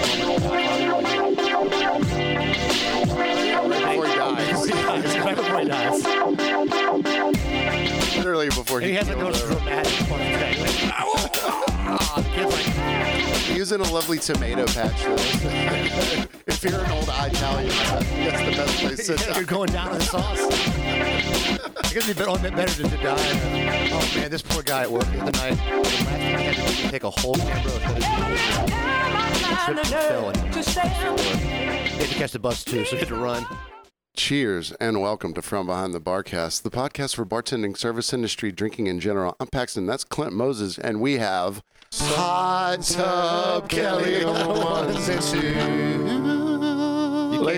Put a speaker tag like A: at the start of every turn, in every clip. A: earlier before
B: And
A: he,
B: he has like the
A: killed
B: most
A: her.
B: dramatic fucking thing. Like, ah, kid's like,
A: Using a lovely tomato patch for this. if you're an old Italian, that's the best place to
B: yeah, you're going down in the sauce. It's gonna be better, better to, to die. than- Oh man, this poor guy at work the other night. The last thing he had to do was take a whole camera of footage. Tripped and fell and- He had to catch the bus too, so he had to run.
A: Cheers and welcome to From Behind the Barcast, the podcast for bartending, service industry, drinking in general. I'm Paxton, that's Clint Moses, and we have Hot Tub Kelly on ones and twos.
B: can't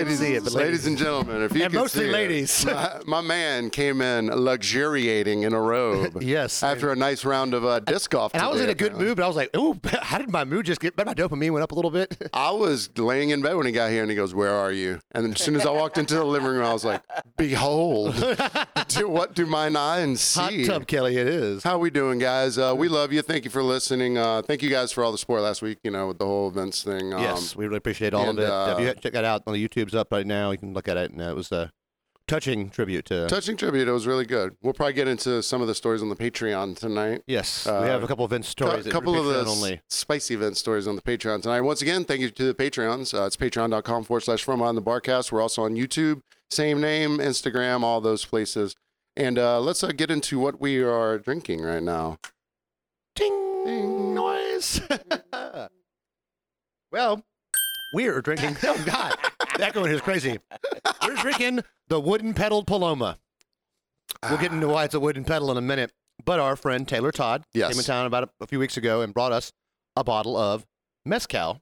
B: see it, but
A: ladies
B: ladies-
A: and gentlemen, if you
B: And
A: could
B: mostly
A: see it,
B: ladies.
A: my, my man came in luxuriating in a robe.
B: Yes.
A: after a nice round of uh, disc golf.
B: And I was in
A: today,
B: a good
A: apparently.
B: mood, but I was like, "Ooh, how did my mood just get? Bet my dopamine went up a little bit."
A: I was laying in bed when he got here and he goes, Where are you? And then as soon as I walked into the living room, I was like, Behold, do, what do mine eyes
B: Hot
A: see?
B: tub, Kelly, it is.
A: How we doing, guys? Uh, we love you. Thank you for listening. Uh, thank you guys for all the support last week, you know, with the whole events thing. Um,
B: yes, we really appreciate all
A: and,
B: of it.
A: uh,
B: if you check that out on the YouTube's up right now, you can look at it, and uh, it was a touching tribute to.
A: Touching tribute. It was really good. We'll probably get into some of the stories on the Patreon tonight.
B: yes,
A: uh,
B: we have a couple of event stories.
A: a couple of the
B: that only.
A: s- spicy event stories on the Patreon tonight. Once again, thank you to the Patreons. Uh, it's patreon.com forward slash from on the barcast. We're also on YouTube, same name, Instagram, all those places. And uh, let's uh, get into what we are drinking right now.
B: Ting, noise. well, we are drinking. Oh God, that going is crazy. We're drinking the wooden pedaled Paloma. We'll get into why it's a wooden pedal in a minute. But our friend Taylor Todd
A: Yes.
B: came in town about a, a few weeks ago and brought us a bottle of mezcal,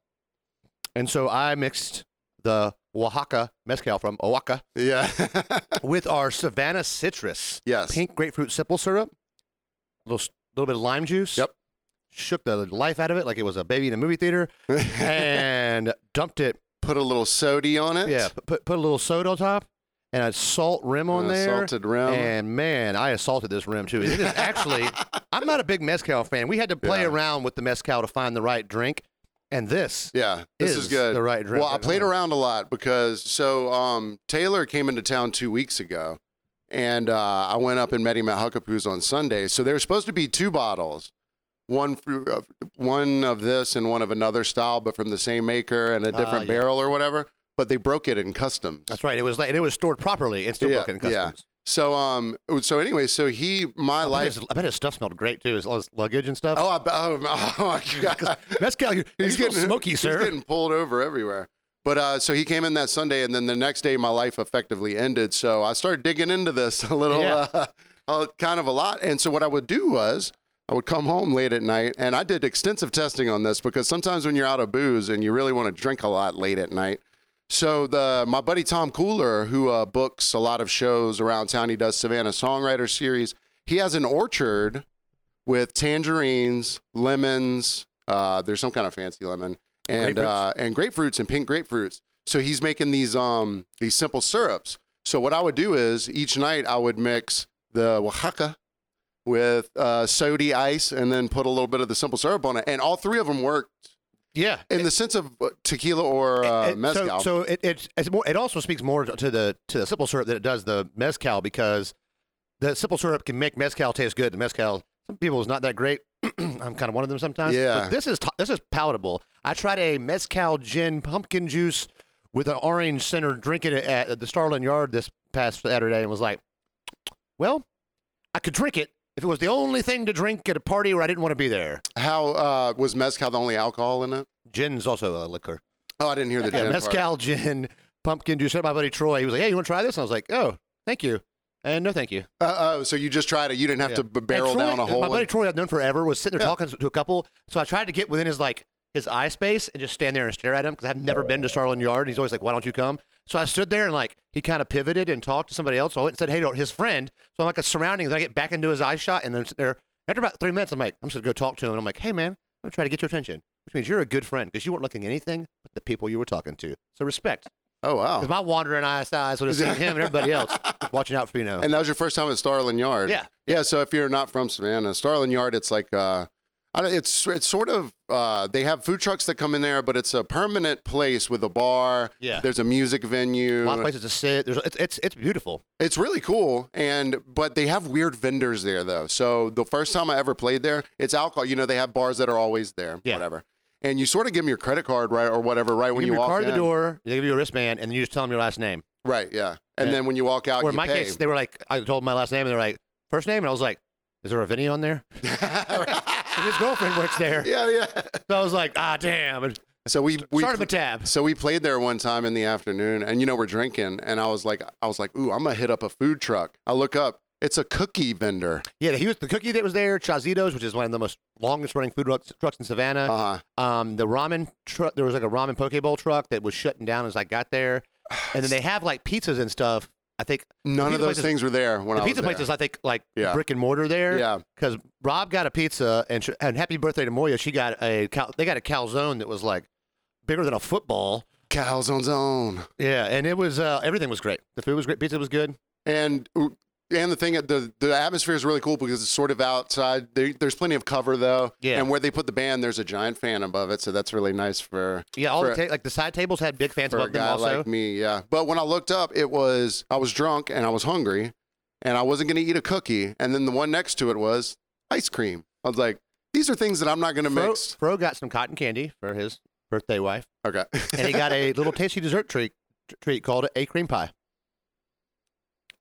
B: and so I mixed the Oaxaca mezcal from Oaxaca
A: Ah, Yeah.
B: with our Savannah citrus
A: yes.
B: pink grapefruit simple syrup, a little, little bit of lime juice.
A: Yep.
B: Shook the life out of it like it was a baby in a movie theater and dumped it.
A: Put a little sody on it.
B: Yeah, put, put, put a little soda on top and a salt rim on
A: Uh,
B: there.
A: Salted rim.
B: And man, I assaulted this rim too. It is actually, I'm not a big Mezcal fan. We had to play
A: Yeah.
B: around with the Mezcal to find the right drink. And this
A: yeah. This is,
B: is
A: good.
B: the right drink.
A: Well, I played around a lot because so um, Taylor came into town two weeks ago, and uh, I went up and met him at Huckapoo's on Sunday. So there were supposed to be two bottles, one fr- uh, one of this and one of another style, but from the same maker and a
B: Ah,
A: different
B: yeah.
A: barrel or whatever. But they broke it in customs.
B: That's right. It was like, it was stored properly and still
A: Yeah,
B: broken in
A: yeah.
B: customs.
A: So um, so anyway, so he my
B: I, bet
A: life.
B: his, I bet his stuff smelled great too. His, all his luggage and stuff.
A: Oh, I, oh, my God.
B: Mezcal, you you smell smoky,
A: he's
B: sir.
A: getting pulled over everywhere. But uh, so he came in that Sunday, and then the next day my life effectively ended. So I started digging into this a little,
B: Yeah.
A: uh, uh, kind of a lot. And so what I would do was I would come home late at night, and I did extensive testing on this because sometimes when you're out of booze and you really want to drink a lot late at night. So the my buddy Tom Cooler, who uh, books a lot of shows around town, he does Savannah Songwriter Series. He has an orchard with tangerines, lemons. Uh, there's some kind of fancy lemon and
B: Grapefruits?
A: uh, and grapefruits and pink grapefruits. So he's making these um these simple syrups. So what I would do is each night I would mix the Oaxaca with uh, sody ice and then put a little bit of the simple syrup on it, and all three of them worked
B: yeah.
A: in the sense of uh, tequila or uh,
B: It-
A: mezcal.
B: Eh, So, so it, it's, it's more, it also speaks more to the to the simple syrup than it does the mezcal because the simple syrup can make mezcal taste good. The mezcal, some people is not that great. I'm kind of one of them sometimes.
A: Yeah.
B: But this is t- this is palatable. I tried a mezcal gin pumpkin juice with an orange center, drinking it at the Starland Yard this past Saturday, and was like, well, I could drink it if it was the only thing to drink at a party where I didn't want to be there.
A: How uh, was mezcal the only alcohol in it?
B: Gin's also a liquor.
A: Oh, I didn't hear the
B: Yeah,
A: gin part.
B: mezcal gin, pumpkin juice. I had My buddy Troy, he was like, "Hey, you want to try this?" And I was like, "Oh, thank you." And no, thank you.
A: Uh, oh, so you just tried it. You didn't have
B: Yeah.
A: to b-
B: And
A: barrel
B: Troy-
A: down a hole.
B: My buddy
A: and-
B: Troy, I've known forever, was sitting there talking to a couple. So I tried to get within his like his eye space and just stand there and stare at him because I've never been to Starland Yard. And he's always like, "Why don't you come?" So I stood there and like he kind of pivoted and talked to somebody else. So I went and said, "Hey," to his friend. So I'm like a surrounding. Then I get back into his eye shot and then sit there. After about three minutes, I'm like, "I'm just gonna go talk to him." And I'm like, "Hey, man, I'm trying to get your attention." Which means you're a good friend because you weren't looking at anything but the people you were talking to. So respect.
A: oh, wow.
B: Because my wandering eyes eyes would have seen him and everybody else watching out for you now.
A: And that was your first time at Starland Yard.
B: Yeah.
A: Yeah. So if you're not from Savannah, Starland Yard, it's like uh, I don't, it's it's sort of uh, they have food trucks that come in there, but it's a permanent place with a bar.
B: Yeah.
A: There's a music venue.
B: A lot of places to sit. There's, it's, it's it's beautiful.
A: It's really cool, and but they have weird vendors there though. So the first time I ever played there, it's alcohol. You know, they have bars that are always there,
B: Yeah.
A: whatever. And you sort of give them your credit card, right, or whatever, right when
B: give
A: you
B: your
A: walk
B: card
A: in.
B: at the door. They give you a wristband, and you just tell them your last name.
A: Right, yeah. And
B: Yeah.
A: then when you walk out,
B: or in
A: you
B: my
A: pay.
B: case, they were like, I told them my last name, and they're like, first name, and I was like, is there a Vinny on there? And his girlfriend works there,
A: yeah, yeah.
B: so I was like, ah, damn. And
A: So we we
B: started a tab.
A: So we played there one time in the afternoon, and you know we're drinking, and I was like, I was like, ooh, I'm gonna hit up a food truck. I look up, it's a cookie vendor.
B: Yeah, he was the cookie that was there. Chazitos, which is one of the most longest running food trucks, trucks in Savannah.
A: Uh huh.
B: um, the ramen truck. There was like a ramen poke bowl truck that was shutting down as I got there, and then they have like pizzas and stuff. I think
A: None
B: pizza
A: of those
B: places-
A: things were there
B: the
A: when I was
B: pizza
A: there.
B: places. I think like
A: Yeah.
B: brick and mortar there.
A: Yeah.
B: Because Rob got a pizza and sh and happy birthday to Moya. She got a cal- they got a calzone that was like bigger than a football.
A: Calzone's own.
B: Yeah, and it was uh, everything was great. The food was great. Pizza was good.
A: And and the thing the the atmosphere is really cool because it's sort of outside. There, there's plenty of cover though.
B: Yeah.
A: And where they put the band, there's a giant fan above it, so that's really nice for
B: Yeah, all
A: For-
B: the ta- like the side tables had big fans
A: for a
B: above them
A: guy
B: also.
A: like me. Yeah. But when I looked up, it was I was drunk and I was hungry, and I wasn't gonna eat a cookie. And then the one next to it was ice cream. I was like, these are things that I'm not gonna
B: Fro,
A: mix.
B: Fro got some cotton candy for his birthday wife,
A: Okay.
B: and he got a little tasty dessert treat treat called a cream pie.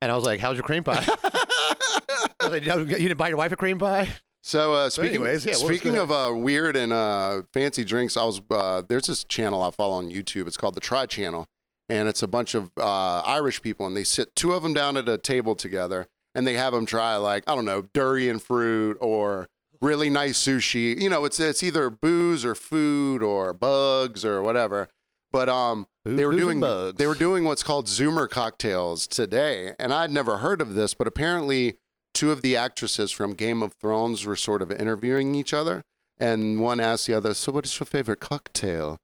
B: And I was like, "How's your cream pie?" I was like, "No, you didn't buy your wife a cream pie?
A: So uh, speaking,
B: anyways, yeah, what was
A: speaking
B: gonna-
A: of uh, weird and uh, fancy drinks, I was uh, there's this channel I follow on YouTube. It's called the Try Channel, and it's a bunch of uh, Irish people, and they sit two of them down at a table together, and they have them try like I don't know durian fruit or really nice sushi. You know, it's it's either booze or food or bugs or whatever. But um,
B: Boo-
A: they were
B: booze and
A: doing
B: bugs.
A: they were doing what's called Zoomer cocktails today, and I'd never heard of this, but apparently two of the actresses from Game of Thrones were sort of interviewing each other, and one asked the other, "So, what is your favorite cocktail?"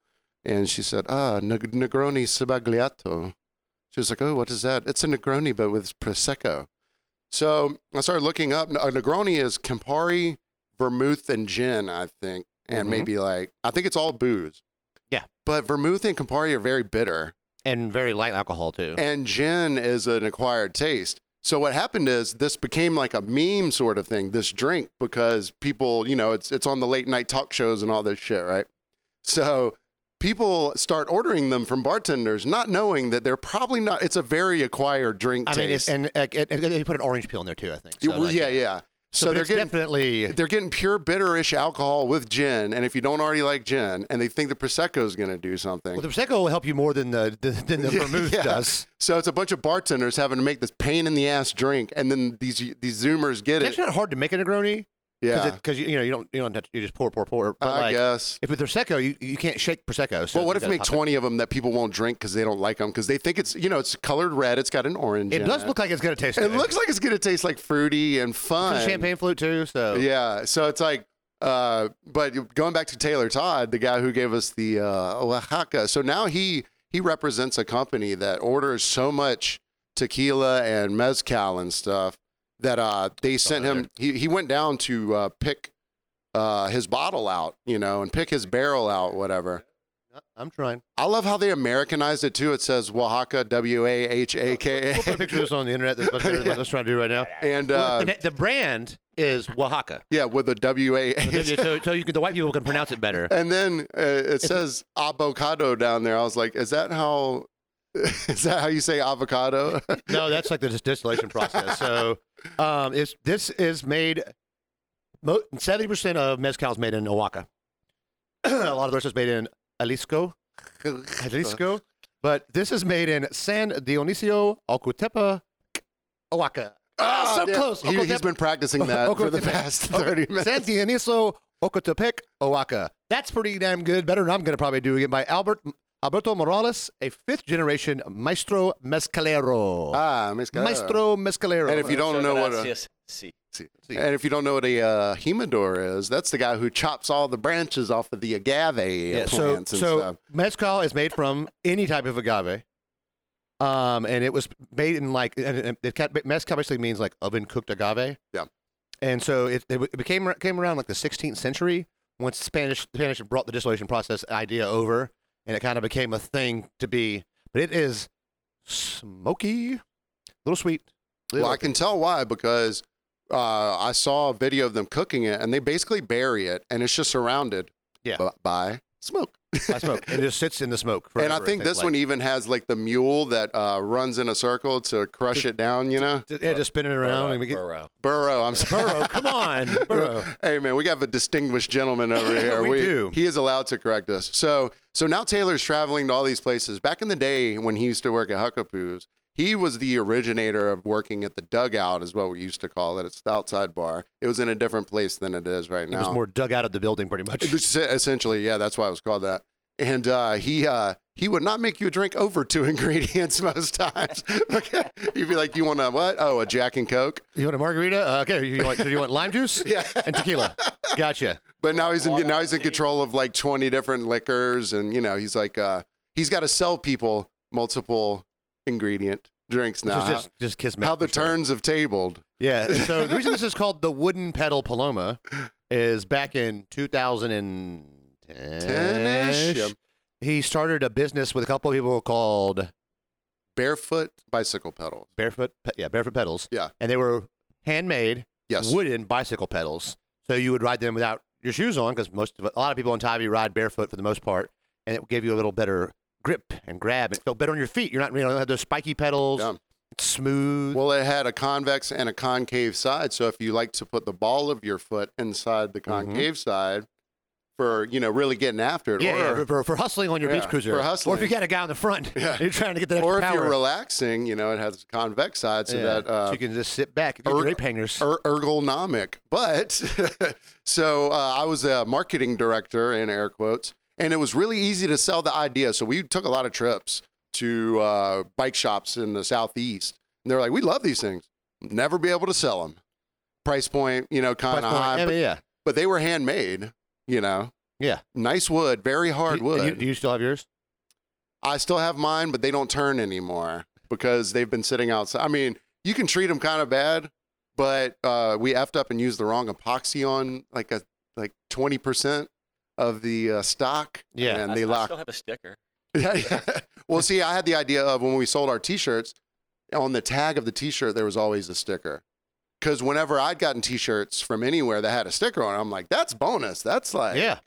A: And she said, "Ah, neg- Negroni Sebagliato." She was like, "Oh, what is that? It's a Negroni, but with prosecco." So I started looking up. A Negroni is Campari, vermouth, and gin, I think, and
B: Mhm.
A: maybe like I think it's all booze.
B: Yeah.
A: But vermouth and Campari are very bitter
B: and very light alcohol too."
A: and gin is an acquired taste. So what happened is this became like a meme sort of thing, this drink, because people, you know, it's it's on the late night talk shows and all this shit, right? So people start ordering them from bartenders, not knowing that they're probably not. It's a very acquired drink
B: I mean, it's,
A: taste.
B: and uh, it, it, they put an orange peel in there too. I think.
A: You-
B: So, like,
A: yeah, yeah. So,
B: but
A: they're
B: it's
A: getting
B: definitely
A: they're getting pure bitterish alcohol with gin, and if you don't already like gin, and they think the prosecco is going to do something,
B: well, the prosecco will help you more than the than the
A: Yeah,
B: vermouth
A: yeah.
B: does.
A: So it's a bunch of bartenders having to make this pain in the ass drink, and then these these Zoomers get
B: It's
A: it.
B: not hard to make a Negroni
A: Yeah,
B: because you know you don't you don't have to, you just pour pour pour. But
A: I
B: like,
A: guess.
B: if with prosecco, you, you can't shake prosecco. So
A: Well, what
B: you
A: if you
B: gotta
A: make
B: pop it.
A: twenty of them that people won't drink because they don't like them because they think it's you know it's colored red, it's got an orange.
B: It
A: in
B: does look like it's gonna taste.
A: It
B: good.
A: looks like it's gonna taste like fruity and
B: It's
A: fun.
B: a champagne flute too. So
A: Yeah, so it's like, uh, but going back to Taylor Todd, the guy who gave us the uh, Oaxaca. So now he he represents a company that orders so much tequila and mezcal and stuff that uh, they sent him. He he went down to uh, pick uh, his bottle out, you know, and pick his barrel out, whatever.
B: I'm trying.
A: I love how they Americanized it too. It says Oaxaca, W A H A
B: We'll
A: K
B: put a
A: A,
B: picture of this on the internet. That's what
A: Yeah.
B: everybody's trying to do right now.
A: and
B: Well,
A: uh,
B: the, the brand is Oaxaca,
A: yeah, with a W A H A.
B: so, so you can, the white people can pronounce it better.
A: And then uh, it says avocado down there. I was like, is that how? Is that how you say avocado?
B: No, that's like the dis- distillation process. So, um, it's, this is made. Seventy percent of mezcal is made in Oaxaca. a lot of the rest is made in Jalisco, Jalisco, but this is made in San Dionisio, Ocotepa, Oaxaca.
A: Ah,
B: so
A: damn.
B: close.
A: He,
B: Ocotep-
A: has been practicing that for the
B: Ocotep-
A: past thirty minutes.
B: San Dionisio, Ocotepec, Oaxaca. That's pretty damn good. Better than I'm going to probably do it by Albert Alberto Morales, a fifth generation maestro mezcalero.
A: Ah, mezcal.
B: maestro mezcalero.
A: And if you don't know what a,
C: Gracias. Sí.
A: and if you don't know what a uh, humidor is, that's the guy who chops all the branches off of the agave plants
B: so
A: and stuff.
B: so mezcal is made from any type of agave, um, and it was made in like and, and it, ca- mezcal basically means like oven cooked agave.
A: Yeah.
B: And so it, it w- it became came around like the 16th century once Spanish Spanish brought the distillation process idea over, and it kind of became a thing to be. But it is smoky, a little sweet.
A: Well, I
B: Little-
A: can tell why because uh, I saw a video of them cooking it, and they basically bury it, and it's just surrounded
B: Yeah.
A: b- by smoke.
B: I smoke. It just sits in the smoke. Forever,
A: and I think
B: it
A: this
B: like.
A: one even has like the mule that uh, runs in a circle to crush it down. You know,
B: Yeah, just spinning around. and we get,
C: Burrow.
A: e- Burrow. I'm sorry.
B: Burrow, come on, Burrow.
A: Hey man, we got a distinguished gentleman over here.
B: We do.
A: He is allowed to correct us. So so now Taylor's traveling to all these places. Back in the day when he used to work at Huckapoo's, he was the originator of working at the dugout, is what we used to call it. It's the outside bar. It was in a different place than it is right
B: It
A: now.
B: was more dug out of the building, pretty much.
A: It was es- essentially, yeah, that's why it was called that. And uh, he uh, he would not make you drink over two ingredients most times. You'd be like, you want a what? Oh, a Jack and Coke.
B: You want a margarita? Uh, okay. You want, do you want lime juice?
A: Yeah.
B: And tequila. Gotcha.
A: But now he's in, now he's in control of like 20 different liquors, and you know he's like uh, he's got to sell people multiple ingredient drinks now.
B: Just,
A: How-
B: just, just kiss me.
A: how the turns have tabled.
B: Yeah. So the reason this is called the wooden pedal Paloma is back in 2010.
A: Ten-ish.
B: He started a business with a couple of people called
A: Barefoot bicycle pedals.
B: Barefoot. Pe- Yeah, Barefoot Pedals.
A: Yeah.
B: And they were handmade
A: Yes.
B: wooden bicycle pedals. So you would ride them without your shoes on because most of, a lot of people in Tybee ride barefoot for the most part, and it gave you a little better grip and grab. It felt better on your feet. You're not you know have those spiky pedals.
A: Yeah.
B: It's smooth.
A: Well, it had a convex and a concave side. So if you like to put the ball of your foot inside the
B: Mm-hmm.
A: concave side for, you know, really getting after it,
B: yeah, yeah,
A: or,
B: for- for, for hustling on your
A: Yeah,
B: beach cruiser,
A: for
B: or if you
A: hustling.
B: got a guy on the front,
A: Yeah.
B: and you're trying to get that extra
A: or if
B: power.
A: you're relaxing, you know, it has a convex side so
B: Yeah.
A: that uh,
B: so you can just sit back. You're
A: erg-
B: grape hangers.
A: er- ergonomic. But so uh, I was a marketing director in air quotes, and it was really easy to sell the idea. So we took a lot of trips to uh, bike shops in the southeast, and they're like, "We love these things. Never be able to sell them. Price point, you know, kind of
B: Price point.
A: high,
B: Yeah,
A: but,
B: yeah,
A: but they were handmade. You know,
B: yeah.
A: nice wood, very
B: Do
A: hard
B: you-
A: wood.
B: Do you, do you still have yours?
A: I still have mine, but they don't turn anymore because they've been sitting outside. I mean, you can treat them kind of bad, but uh, we effed up and used the wrong epoxy on like a like twenty percent of the uh, stock.
B: Yeah.
A: and
C: I,
A: they
C: I
A: lock.
C: still have a sticker.
A: Yeah, yeah. well, see, I had the idea of when we sold our T-shirts, on the tag of the T-shirt there was always a sticker. Because whenever I'd gotten T-shirts from anywhere that had a sticker on, it, I'm like, that's bonus. That's like,
B: yeah.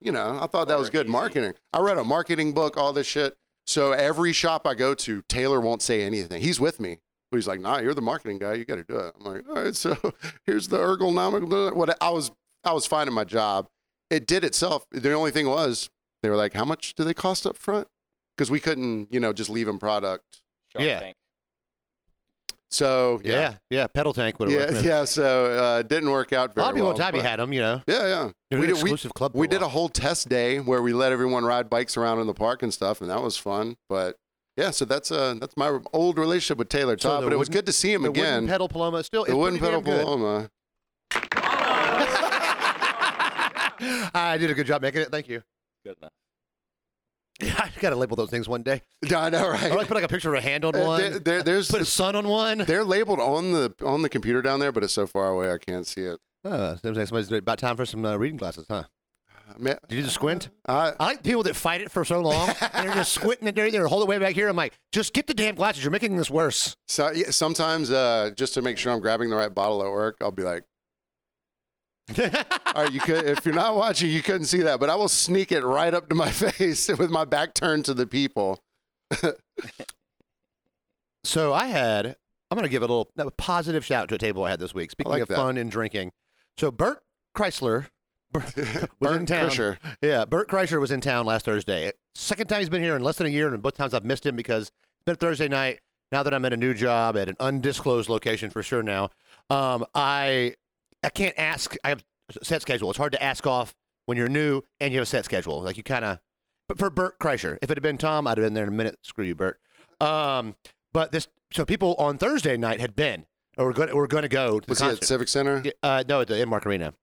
A: you know, I thought that was
C: Or
A: good
C: easy.
A: marketing. I read a marketing book, all this shit. So every shop I go to, Taylor won't say anything. He's with me. But He's like, nah, you're the marketing guy. You got to do it. I'm like, all right. So here's the ergonomic. blah." What I was, I was finding my job. It did itself. The only thing was, they were like, how much do they cost up front? Because we couldn't, you know, just leave them product.
C: Shark
B: Yeah.
C: Tank.
A: So
B: Yeah.
A: yeah,
B: Yeah. Pedal tank would have
A: yeah,
B: worked.
A: yeah. So uh, it didn't work out
B: A
A: very
B: lot of people
A: well.
B: in Tybee
A: but-
B: had them. You know,
A: Yeah, yeah.
B: They were
A: We
B: an
A: did- we-
B: exclusive club. for
A: We did
B: while.
A: a whole test day where we let everyone ride bikes around in the park and stuff, and that was fun. But yeah, so that's uh that's my old relationship with Taylor
B: So
A: Todd.
B: the
A: but it was
B: wooden-
A: good to see him
B: the
A: again.
B: wooden pedal Paloma still.
A: the
B: it's
A: wooden
B: pretty
A: pedal
B: damn good.
A: Paloma.
B: I did a good job making it. Thank you.
C: Good enough.
B: I gotta label those things one day.
A: I know, right?
B: I like put like a picture of a hand on
A: Uh,
B: one.
A: there- there- there's
B: put a sun on one.
A: they're labeled on the on the computer down there, but it's so far away I can't see it.
B: Oh, seems like somebody's about time for some uh, reading glasses, huh?
A: I mean,
B: Did you just squint?
A: I,
B: I like people that fight it for so long. and they're just squinting it there. They're hold it way back here. I'm like, just get the damn glasses. You're making this worse.
A: so, yeah, sometimes uh, just to make sure I'm grabbing the right bottle at work, I'll be like, All right, you could if you're not watching, you couldn't see that, but I will sneak it right up to my face with my back turned to the people.
B: so I had. I'm gonna give a little a positive shout out to a table I had this week. Speaking
A: like
B: of
A: that.
B: fun and drinking, so Bert Chrysler was in
A: Burnt
B: town.
A: Crusher.
B: Yeah, Bert Kreischer was in town last Thursday. Second time he's been here in less than a year, and both times I've missed him because it's been Thursday night. Now that I'm at a new job at an undisclosed location for sure now, um, I I can't ask. I have a set schedule. It's hard to ask off when you're new and you have a set schedule. Like you kind of. But for Bert Kreischer, if it had been Tom, I'd have been there in a minute. Screw you, Bert. Um, but this so people on Thursday night had been or were going were going to go to the
A: Was he at
B: concert.
A: Civic Center?
B: uh, no, at the Inmark Arena.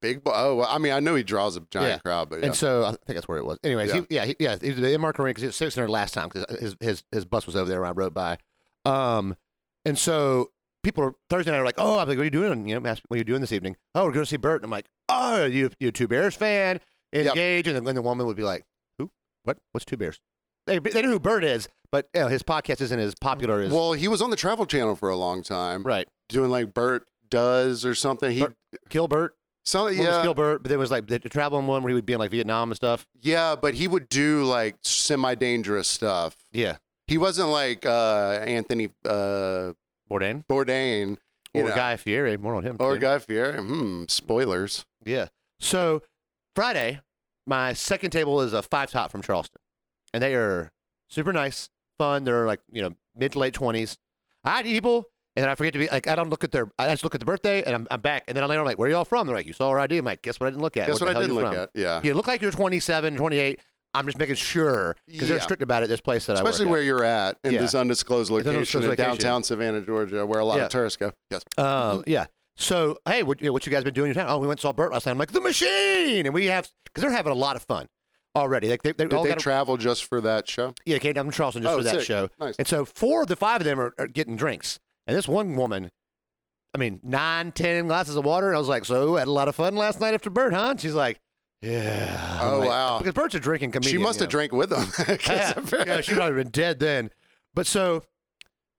A: Big boy. Oh, well, I mean, I know he draws a giant
B: Yeah.
A: crowd, but yeah.
B: And so I think that's where it was. Anyways,
A: Yeah.
B: He, yeah, he, yeah, he was in Mark Arena because he was six uh, hundred last time because his, his his bus was over there when I rode by. Um, and so people are Thursday night are like, oh, I'm like, what are you doing? You know, ask, what are you doing this evening? Oh, we're going to see Bert. And I'm like, oh, you you a two Bears fan? Engage, and then the woman would be like, who? What? What's two Bears? They they know who Bert is, but you know, his podcast isn't as popular as
A: Well, he was on the Travel Channel for a long time,
B: right.
A: doing like Bert does or something. He,
B: Bert- Gilbert,
A: some,
B: yeah. was
A: yeah,
B: Gilbert, but there was like the, the traveling one where he would be in like Vietnam and stuff.
A: yeah, but he would do like semi-dangerous stuff.
B: Yeah,
A: He wasn't like uh, Anthony uh,
B: Bourdain
A: Bourdain you
B: or
A: know,
B: Guy Fieri, more on him.
A: or
B: too.
A: Guy Fieri. Hmm, spoilers.
B: Yeah. So Friday, my second table is a five top from Charleston, and they are super nice, fun. They're like you know mid to late twenties. I eat people, and then I forget to be like I don't look at their. I just look at the birthday, and I'm, I'm back. And then later I'm like, where are y'all from? They're like, you saw our ID. I'm like, guess what? I didn't look at.
A: That's
B: Where
A: what
B: the
A: I
B: hell
A: did
B: you
A: look
B: from?"
A: at. Yeah,
B: You look like you're 27, 28. I'm just making sure because they're
A: Yeah.
B: strict about it. This place that
A: especially
B: I work
A: where you're at in
B: Yeah.
A: this undisclosed location
B: undisclosed
A: in
B: location.
A: downtown Savannah, Georgia, where a lot
B: Yeah.
A: of tourists go. Yes.
B: at. Um, yeah. So hey, what you, know, what you guys been doing in your town? Oh, we went and saw Bert last night. I'm like the machine, and we have because they're having a lot of fun already. Like they, they
A: Did
B: all
A: they
B: got a-
A: travel just for that show?
B: Yeah, came down from Charleston just
A: Oh,
B: for that
A: sick.
B: show.
A: Nice.
B: And so four of the five of them are, are getting drinks. And this one woman, I mean, nine, ten glasses of water. And I was like, so had a lot of fun last night after Bert, huh? And she's like, yeah. I'm
A: Oh,
B: like-
A: wow.
B: Because Bert's a drinking comedian.
A: She must
B: you
A: have
B: know.
A: drank with them. 'Cause
B: Yeah, yeah, she'd probably been dead then. But so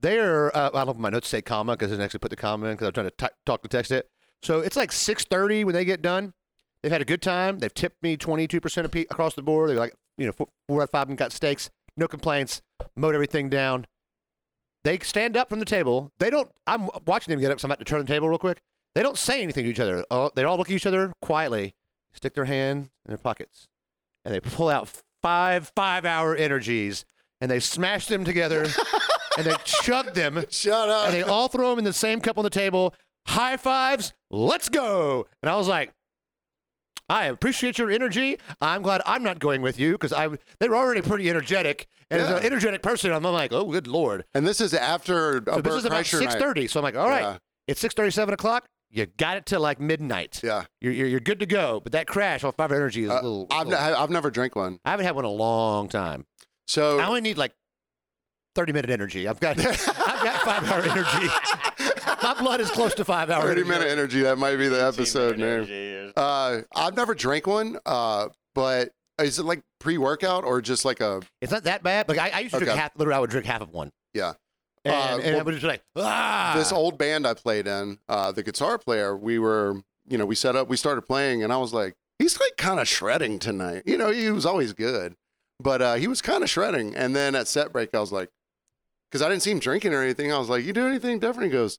B: they're, uh, I don't know if my notes say comma because I didn't actually put the comma in because I'm trying to t- talk to text it. So it's like 6.30 when they get done. They've had a good time. They've tipped me 22% of pe- across the board. They're like, you know, four, four out of five of them got steaks. No complaints. Mowed everything down. They stand up from the table. They don't, I'm watching them get up, so I'm about to turn the table real quick. They don't say anything to each other. Oh, they all look at each other quietly, stick their hand in their pockets and they pull out five five hour energies and they smash them together and they chug them and
A: Shut up.
B: they all throw them in the same cup on the table. High fives, let's go. And I was like, I appreciate your energy. I'm glad I'm not going with you because I they were already pretty energetic. And as
A: Yeah.
B: an energetic person, I'm like, oh, good lord.
A: and this is after a
B: So
A: Bert
B: this is about
A: Kreischer
B: six
A: night.
B: thirty. So I'm like, all right,
A: Yeah.
B: it's six thirty, seven o'clock. You got it till like midnight.
A: Yeah.
B: You're, you're, you're good to go. But that crash on five hour energy is a
A: Uh,
B: little.
A: I've, n-
B: little-
A: I've never drank one.
B: I haven't had one in a long time. I
A: So
B: only need like 30 minute energy. I've got I've got five hour energy. My blood is close to five hour
A: 30
B: energy.
A: minute energy. That might be the episode name.
C: name.
A: Uh, I've never drank one, uh, but is it like pre workout or just like a.
B: It's not that bad. Like I, I used to drink
A: Okay.
B: half. Literally, I would drink half of one.
A: Yeah.
B: And,
A: Uh,
B: and I
A: well,
B: would just be like ah.
A: This old band I played in, uh, the guitar player, we were, you know, we set up, we started playing, and I was like, he's like kind of shredding tonight. You know, he was always good, but uh, he was kind of shredding. And then at set break, I was like, because I didn't see him drinking or anything, I was like, you do anything different? He goes,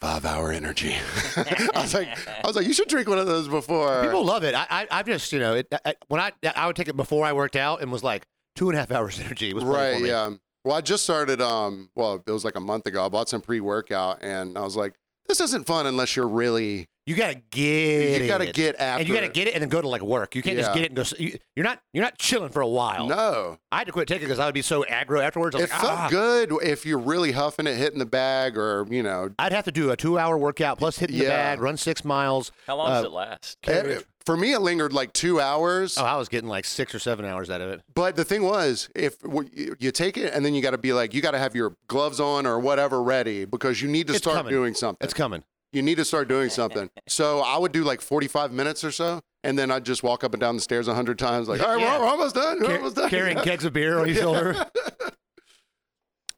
A: five hour energy. I was like, I was like, you should drink one of those before.
B: People love it. I I, I just you know it, I, I- when I I would take it before I worked out and was like two and a half hours energy. It was plenty
A: right
B: for me.
A: yeah well i just started um well it was like a month ago i bought some pre-workout and i was like this isn't fun unless you're really
B: You gotta get
A: you gotta
B: it.
A: get after
B: and you gotta get it and then go to like work. You can't just
A: Yeah.
B: get it and go. s- You, you're not you're not chilling for a while.
A: no
B: I had to quit taking because I would be so aggro afterwards. I was
A: it
B: like,
A: felt
B: ah,
A: good if you're really huffing it hitting the bag or you know
B: I'd have to do a two-hour workout plus hitting the
A: Yeah.
B: bag, run six miles.
C: How long does
B: Uh,
C: it last?
A: it- eh, for me it lingered like two hours
B: Oh, I was getting like six or seven hours out of it.
A: but the thing was if w- you you take it and then you gotta be like you gotta have your gloves on or whatever ready because you need to
B: It's
A: start
B: coming.
A: doing something
B: It's coming.
A: you need to start doing something. so I would do like 45 minutes or so, and then I'd just walk up and down the stairs 100 times, like, all right,
B: Yeah.
A: we're, we're almost done. We're
B: Car-
A: almost done.
B: carrying kegs of beer on your shoulder.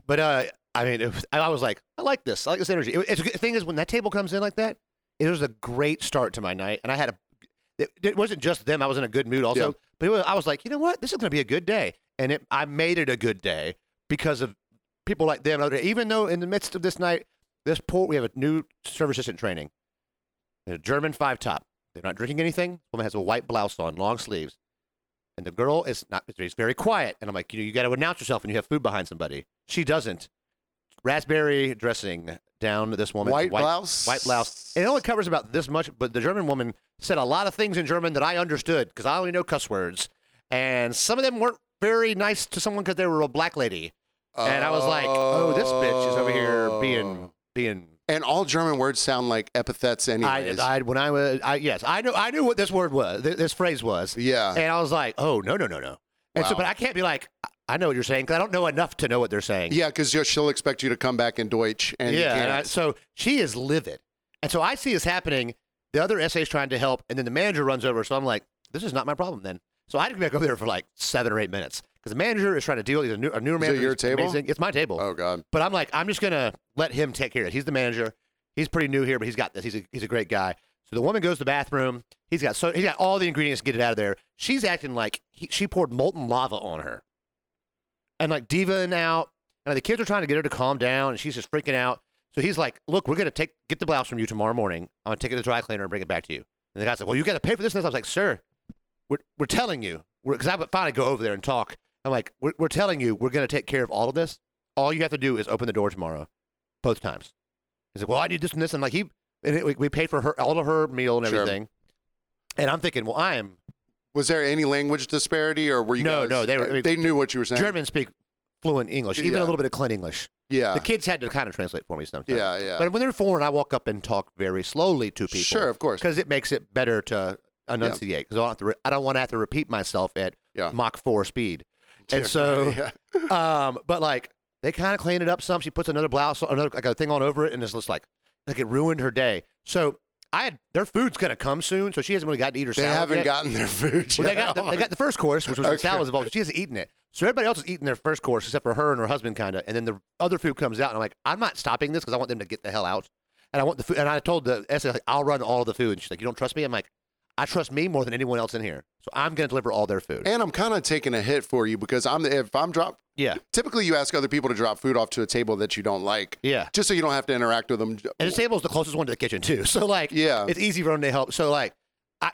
B: But uh, I mean, it was, I was like, I like this. I like this energy. It, it's, the thing is, when that table comes in like that, it was a great start to my night, and I had a. It, it wasn't just them. I was in a good mood also,
A: Yeah.
B: but it was, I was like, you know what, this is going to be a good day, and it, I made it a good day because of people like them. Even though in the midst of this night, this poor, we have a new service assistant training, a German five top. They're not drinking anything. Woman has a white blouse on, long sleeves. And the girl is not, she's very quiet. And I'm like, you know, you got to announce yourself when you have food behind somebody. She doesn't. Raspberry dressing down to this woman.
A: White, blouse.
B: White blouse. And it only covers about this much, but the German woman said a lot of things in German that I understood because I only know cuss words. And some of them weren't very nice to someone because they were a black lady. And I was like, oh, this bitch is over here
A: Oh.
B: being, being
A: And all German words sound like epithets,
B: I,
A: anyways.
B: I when I was I yes I knew I knew what this word was th- this phrase was
A: yeah.
B: and I was like oh no no no no and so
A: Wow.
B: but I can't be like I know what you're saying because I don't know enough to know what they're saying.
A: Yeah, because she'll expect you to come back in Deutsch, and you
B: yeah. and I-
A: can't.
B: so she is livid. And so I see this happening. The other SA's trying to help, and then the manager runs over. So I'm like, this is not my problem then. So I had to go back over there for like seven or eight minutes because the manager is trying to deal. He's a, new, a newer
A: Is it
B: manager.
A: your
B: who's
A: table?
B: amazing. It's my table.
A: oh God,
B: But I'm like, I'm just gonna let him take care of it. He's the manager. He's pretty new here, but he's got this. He's a, he's a great guy. So the woman goes to the bathroom. He's got so he's got all the ingredients to get it out of there. She's acting like he, she poured molten lava on her, and like divaing out. And the kids are trying to get her to calm down, and she's just freaking out. So he's like, "Look, we're gonna take get the blouse from you tomorrow morning. I'm gonna take it to the dry cleaner and bring it back to you." And the guy's like, "Well, you got to pay for this." And this." I was like, "Sir, we're, we're telling you, because I would finally go over there and talk. I'm like, we're, we're telling you, we're going to take care of all of this. All you have to do is open the door tomorrow, both times. He's like, well, I need this and this. And like, he, and it, we, we paid for her, all of her meal and
A: Sure.
B: everything. And I'm thinking, well, I am
A: was there any language disparity, or were you?
B: No,
A: guys-
B: no, they were- I mean,
A: they knew what you were saying.
B: German speak fluent English, even
A: Yeah.
B: a little bit of clean English.
A: Yeah,
B: the kids had to kind of translate for me sometimes.
A: yeah, yeah.
B: But when they're foreign, I walk up and talk very slowly to people.
A: Sure, of course.
B: because it makes it better to enunciate. Because I don't, have to re- I don't want to have to repeat myself at
A: Yeah.
B: Mach four speed. And
A: Yeah,
B: so,
A: yeah.
B: um, but like they kind of clean it up some. She puts another blouse, on- another like a thing on over it, and it's just like like it ruined her day. So I had their food's gonna come soon, so she hasn't really got to eat her
A: they
B: salad.
A: haven't
B: yet.
A: gotten their food.
B: Well, they got
A: yet.
B: the, they got the first course, which was the
A: Okay.
B: salad involved. She hasn't eaten it, so everybody else is eating their first course except for her and her husband, kind of. And then the other food comes out, and I'm like, I'm not stopping this because I want them to get the hell out, and I want the food. And I told the essay, like, I'll run all the food, and she's like, You don't trust me? I'm like, I trust me more than anyone else in here, so I'm gonna deliver all their food.
A: and I'm kind of taking a hit for you because I'm if I'm drop.
B: yeah,
A: Typically, you ask other people to drop food off to a table that you don't like,
B: yeah.
A: just so you don't have to interact with them.
B: And this table's the closest one to the kitchen too, so like,
A: Yeah,
B: it's easy for them to help. So like, I,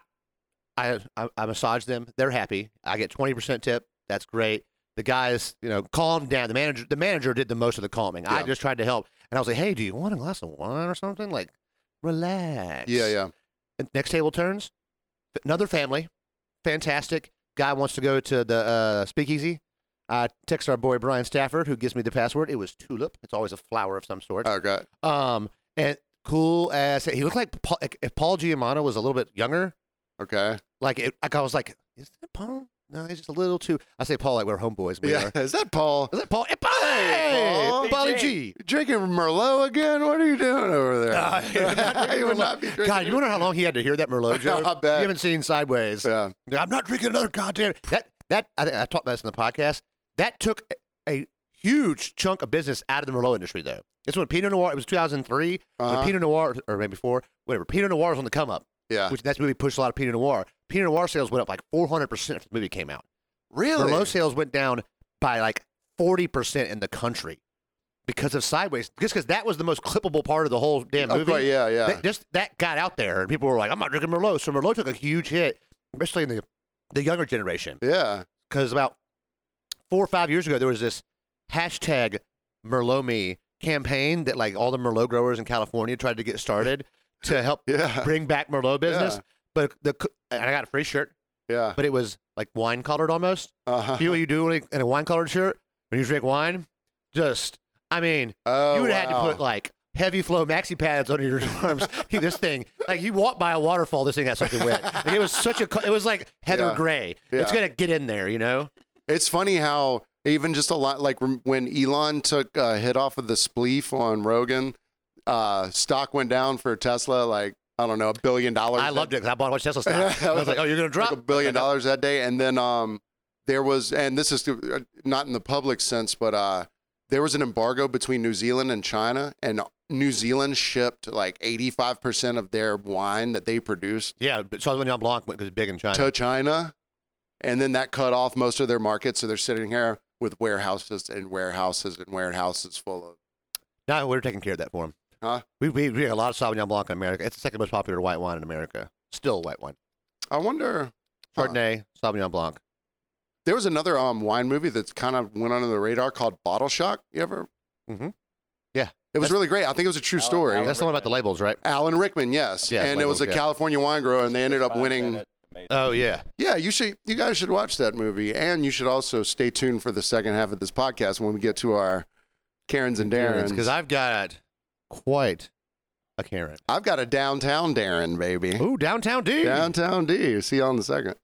B: I, I, I massage them. They're happy. I get twenty percent tip. That's great. The guys, you know, calm down. The manager, the manager did the most of the calming. I
A: Yeah.
B: just tried to help, and I was like, "Hey, do you want a glass of wine or something? Like, relax."
A: yeah, yeah.
B: And next table turns. Another family, fantastic guy wants to go to the uh, speakeasy. I text our boy Brian Stafford, who gives me the password. It was tulip. It's always a flower of some sort.
A: Oh God,
B: Um, and cool ass. He looked like Paul, like, if Paul Giamano was a little bit younger.
A: okay.
B: Like, it, like I was like, is that Paul? No, he's just a little too. I say Paul like we're homeboys. We
A: Yeah,
B: are.
A: is that Paul
B: Is that Paul? Hey, Paul! Hey,
A: Paul.
B: Paulie G.
A: drinking Merlot again? What are you doing over there?
B: Nah, he would Uh, not drink
A: He would
B: Merlot.
A: not be drinking.
B: God, you wonder how long he had to hear that Merlot joke.
A: I bet.
B: You haven't seen Sideways.
A: Yeah.
B: I'm not drinking another goddamn. That that I, think I talked about this in the podcast. That took a, a huge chunk of business out of the Merlot industry, though. It's when Pinot Noir. It was 2003.
A: Uh-huh.
B: When Pinot Noir, or maybe four, whatever. Pinot Noir was on the come up.
A: Yeah.
B: which that's when we pushed a lot of Pinot Noir. Pinot Noir sales went up like 400 percent after the movie came out.
A: Really?
B: Merlot sales went down by like 40 percent in the country because of Sideways. Just because that was the most clippable part of the whole damn
A: Oh,
B: movie.
A: quite- yeah, yeah.
B: That, just that got out there, and people were like, "I'm not drinking Merlot." So Merlot took a huge hit, especially in the the younger generation,
A: yeah.
B: because about four or five years ago there was this hashtag Merlot Me campaign that like all the Merlot growers in California tried to get started to help
A: Yeah.
B: bring back Merlot business.
A: Yeah.
B: But the co- and I got a free shirt,
A: Yeah.
B: but it was like wine colored almost.
A: Uh-huh.
B: You know what you do when you- in a wine colored shirt when you drink wine? Just I mean,
A: Oh,
B: you would have
A: wow.
B: had to put like heavy flow maxi pads under your arms. this thing, like you walk by a waterfall, this thing got something wet. Like, it was such a, co- it was like Heather
A: Yeah.
B: Gray. It's
A: Yeah.
B: gonna get in there, you know.
A: It's funny how even just a lot like rem- when Elon took a hit off of the spleef on Rogan, uh, stock went down for Tesla like I don't know a billion dollars.
B: I
A: that-
B: loved it because I bought a bunch of Tesla stock. I was like, oh, you're gonna drop
A: like a billion dollars that day, and then um, there was and this is uh, not in the public sense, but uh, there was an embargo between New Zealand and China, and New Zealand shipped like eighty five percent of their wine that they produced
B: Yeah, but Sauvignon Blanc went 'cause it's big in China.
A: to China, and then that cut off most of their market. So they're sitting here with warehouses and warehouses and warehouses full of.
B: No, we're taking care of that for him.
A: Huh?
B: We, we we have a lot of Sauvignon Blanc in America. It's the second most popular white wine in America. Still white wine.
A: I wonder. Huh.
B: Chardonnay, Sauvignon Blanc.
A: There was another um wine movie that's kind of went under the radar called Bottle Shock. You ever?
B: Mhm. Yeah.
A: It was
B: That's- Oh,
A: really great. I think it was a true story.
B: That's the one about the labels, right?
A: Alan Rickman, yes,
B: Yeah,
A: and it was a
B: labels, yeah.
A: California wine grower, and they ended up winning. Uh,
B: Oh yeah.
A: Yeah, you should. You guys should watch that movie, and you should also stay tuned for the second half of this podcast when we get to our Karens and Darrens.
B: Because I've got quite a Karen.
A: I've got a downtown Darren, baby.
B: Ooh, downtown dude.
A: Downtown D. See you on the second.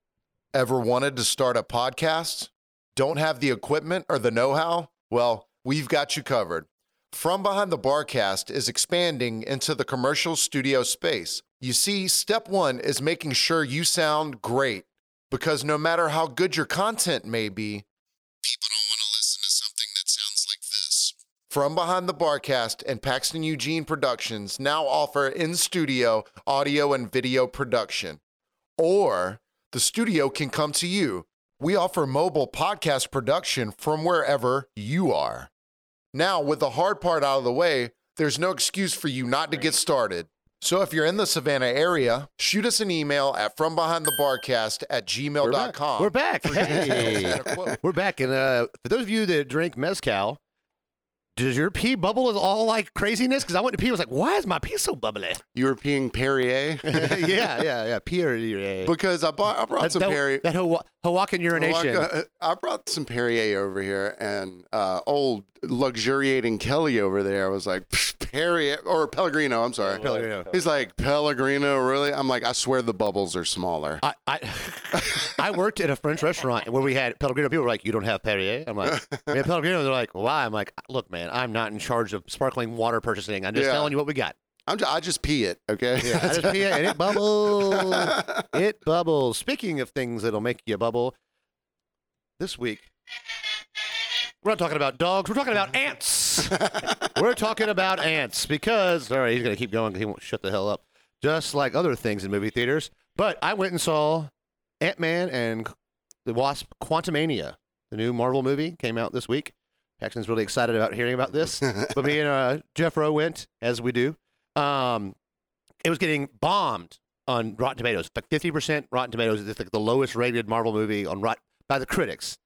C: Ever wanted to start a podcast? Don't have the equipment or the know how? Well, we've got you covered. From Behind the Barcast is expanding into the commercial studio space. You see, step one is making sure you sound great because no matter how good your content may be, people don't want to listen to something that sounds like this. From Behind the Barcast and Paxton Eugene Productions now offer in studio audio and video production. Or the studio can come to you. We offer mobile podcast production from wherever you are. Now, with the hard part out of the way, there's no excuse for you not to get started. So if you're in the Savannah area, shoot us an email at frombehindthebarcast at gmail.com.
B: We're back. Hey.
C: And a quote.
B: We're back. And uh, for those of you that drink mezcal, does your pee bubble is all like craziness? Because I went to pee, I was like, why is my pee so bubbly?
A: European Perrier.
B: yeah, yeah, yeah. Pee.
A: because I bought I brought some
B: that,
A: Perrier.
B: That Hawa- Hawaiian urination.
A: Well, I got- uh, I brought some Perrier over here, and uh, old luxuriating Kelly over there was like "Psh, Perrier or Pellegrino. I'm sorry,
B: Pellegrino.
A: He's like Pellegrino, really? I'm like, I swear the bubbles are smaller.
B: I, I, I worked at a French restaurant where we had Pellegrino. People were like, "You don't have Perrier?" I'm like, "We have Pellegrino." They're like, "Why?" I'm like, "Look, man, I'm not in charge of sparkling water purchasing. I'm just
A: Yeah.
B: telling you what we got.
A: I'm just, I just pee it, okay?
B: I just pee it and it bubbles. It bubbles. Speaking of things that'll make you bubble, this week we're not talking about dogs. We're talking about ants. we're talking about ants because all right, he's gonna keep going. 'cause He won't shut the hell up. Just like other things in movie theaters. But I went and saw Ant Man and the Wasp: Quantumania, the new Marvel movie, came out this week. Paxton's really excited about hearing about this. but me and uh, Jeff Rowe went, as we do. Um, it was getting bombed on Rotten Tomatoes. Like fifty percent Rotten Tomatoes is like the lowest rated Marvel movie on rot- by the critics.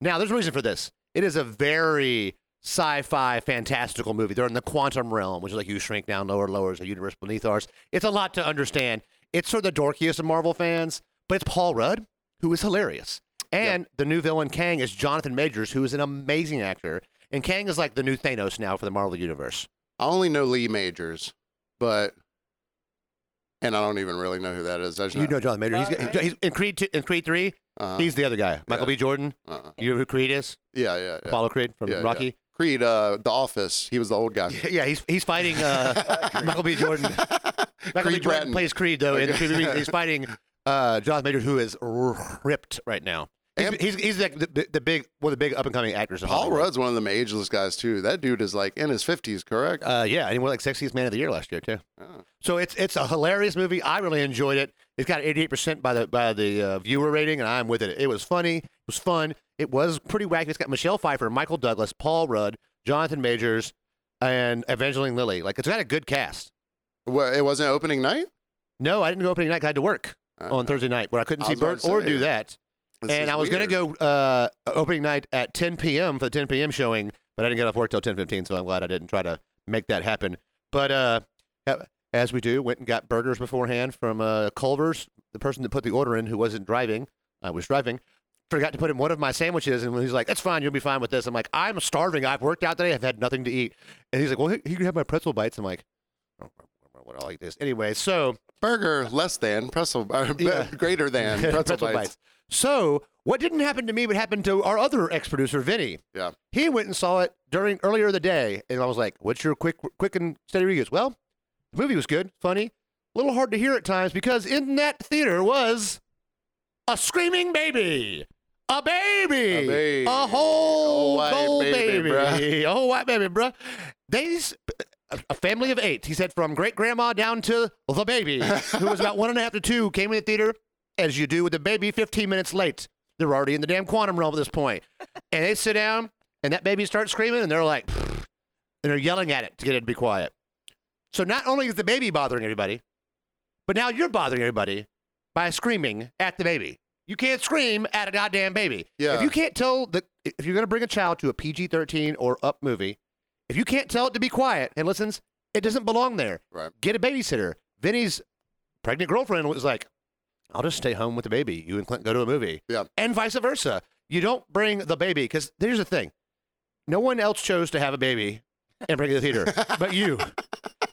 B: Now there's a reason for this. It is a very sci-fi fantastical movie. They're in the quantum realm, which is like you shrink down lower, lower is a universe beneath ours. It's a lot to understand. It's sort of the dorkiest of Marvel fans, but it's Paul Rudd who is hilarious. And the new villain Kang is Jonathan Majors, who is an amazing actor. And Kang is like the new Thanos now for the Marvel universe.
A: I only know Lee Majors, but and I don't even really know who that is. That's
B: You know Jonathan Majors. He's, he's in Creed two, in Creed three.
A: uh,
B: He's the other guy, Michael B. Jordan.
A: uh,
B: You know who Creed is?
A: yeah, yeah, yeah.
B: Apollo Creed from
A: Yeah, yeah.
B: Rocky.
A: Creed, uh, The Office. He was the old guy.
B: Yeah. he's he's fighting uh, Michael B. Jordan. Michael B.
A: Creed
B: Jordan
A: Bratton.
B: plays Creed though, and
A: Okay.
B: Creed- he's fighting uh, Jonathan Majors, who is ripped right now. He's
A: And-
B: he's, he's like the, the big one of the big up and coming actors. in
A: Paul
B: Hollywood.
A: Rudd's one of the ageless guys too. That dude is like in his fifties, correct?
B: Uh, yeah, and he won like sexiest man of the year last year too.
A: Oh.
B: So it's it's a hilarious movie. I really enjoyed it. It's got 88% by the by the uh, viewer rating, and I'm with it. It was funny. It was fun. It was pretty wacky. It's got Michelle Pfeiffer, Michael Douglas, Paul Rudd, Jonathan Majors, and Evangeline Lilly. Like it's got a good cast.
A: Well, it wasn't opening night.
B: No, I didn't go opening night. 'cause I had to work on Thursday night, where I couldn't
A: Uh-huh. I
B: see
A: was about
B: Bert
A: to
B: or
A: say.
B: do that.
A: This
B: and
A: is
B: I was
A: weird.
B: gonna go uh, opening night at 10 p.m. for the 10 p.m. showing, but I didn't get off work till 10:15, so I'm glad I didn't try to make that happen. But uh, a- as we do, went and got burgers beforehand from uh, Culver's. The person that put the order in, who wasn't driving, I was driving. Forgot to put in one of my sandwiches, and he's like, "It's fine, you'll be fine with this." I'm like, "I'm starving. I've worked out today. I've had nothing to eat." And he's like, "Well, he he can have my pretzel bites." I'm like, "Oh, "I don't want to like this anyway." So.
A: burger less than pretzel, uh, b-
B: Yeah.
A: greater than pretzel, bites.
B: So what didn't happen to me, but happened to our other ex producer, Vinny.
A: Yeah.
B: He went and saw it during earlier in the day, and I was like, "What's your quick, quick and steady reviews?" Well, the movie was good, funny, a little hard to hear at times because in that theater was a screaming baby. A baby,
A: A baby.
B: a whole
A: Old white
B: gold
A: baby,
B: baby, a whole white baby, bruh. These a a family of eight. He said from great grandma down to the baby, who was about one and a half to two, came in the theater, as you do with the baby, 15 minutes late. They're already in the damn quantum realm at this point. And they sit down, and that baby starts screaming, and they're like, and they're yelling at it to get it to be quiet. So not only is the baby bothering everybody, but now you're bothering everybody by screaming at the baby. You can't scream at a goddamn baby.
A: Yeah.
B: If you can't tell the if you're gonna bring a child to a PG thirteen or up movie, if you can't tell it to be quiet and listens, it doesn't belong there.
A: Right.
B: Get a babysitter. Vinny's pregnant girlfriend was like, I'll just stay home with the baby. You and Clint go to a movie.
A: Yeah.
B: And vice versa. You don't bring the baby because here's the thing. No one else chose to have a baby and bring it to the theater but you.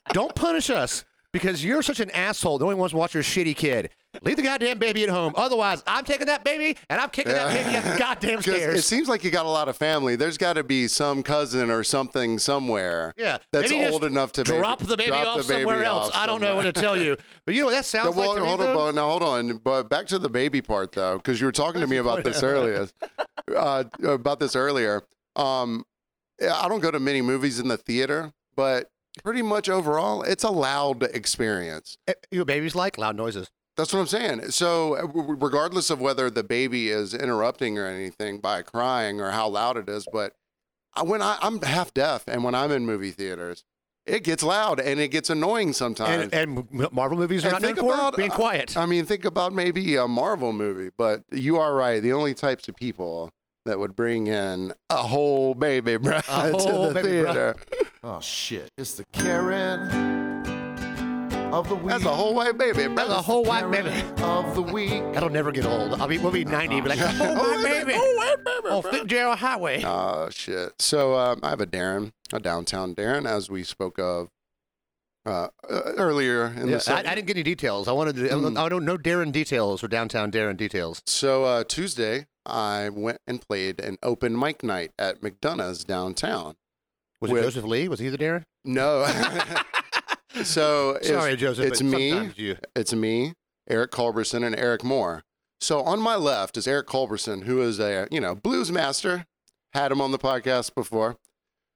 B: Don't punish us because you're such an asshole. No one wants to watch your shitty kid. Leave the goddamn baby at home. Otherwise, I'm taking that baby and I'm kicking that baby up the goddamn
A: 'Cause
B: stairs.
A: It seems like you got a lot of family. There's got to be some cousin or something somewhere.
B: Yeah,
A: that's
B: maybe just
A: old enough to baby-
B: drop the baby
A: drop
B: off
A: the baby
B: somewhere else.
A: off
B: I don't know
A: somewhere.
B: what to tell you, but you know what that sounds
A: Well,
B: like to me,
A: hold
B: though?
A: on, but now hold on. But back to the baby part though, because you were talking to me about this earlier. Uh, about this earlier. Um, I don't go to many movies in the theater, but pretty much overall, it's a loud experience.
B: Eh, You know, babies like loud noises.
A: That's what I'm saying. So, uh, w- w- regardless of whether the baby is interrupting or anything by crying or how loud it is, but I- when I, I'm half deaf and when I'm in movie theaters, it gets loud and it gets annoying sometimes.
B: And, and Marvel movies are
A: Uh,
B: not
A: And
B: known
A: think
B: for
A: about- uh,
B: being quiet.
A: I mean, think about maybe a Marvel movie, but you are right. The only types of people that would bring in a whole baby bride
B: whole
A: to the
B: baby bride.
A: theater.
C: Oh shit! It's the Karen of the week.
A: That's a whole white baby bride.
B: That's a whole white baby.
C: of the week.
B: That'll never get old. I mean, we'll be 90, be like, oh, my baby.
A: Oh, white baby.
B: Oh, Fitzgerald Highway.
A: Oh, shit. So um, I have a Darren, a downtown Darren, as we spoke of uh, uh, earlier in
B: Yeah,
A: the Hmm.
B: I,
A: segment.
B: I didn't get any details. I wanted to. I don't know Darren details or downtown Darren details.
A: So uh, Tuesday, I went and played an open mic night at McDonough's downtown.
B: Was
A: With-
B: it Joseph Lee? Was he the Darren?
A: No. so it's-
B: Sorry, Joseph.
A: it's
B: but
A: me.
B: sometimes You.
A: It's me, Eric Culberson, and Eric Moore. So on my left is Eric Culberson, who is a you know blues master. Had him on the podcast before.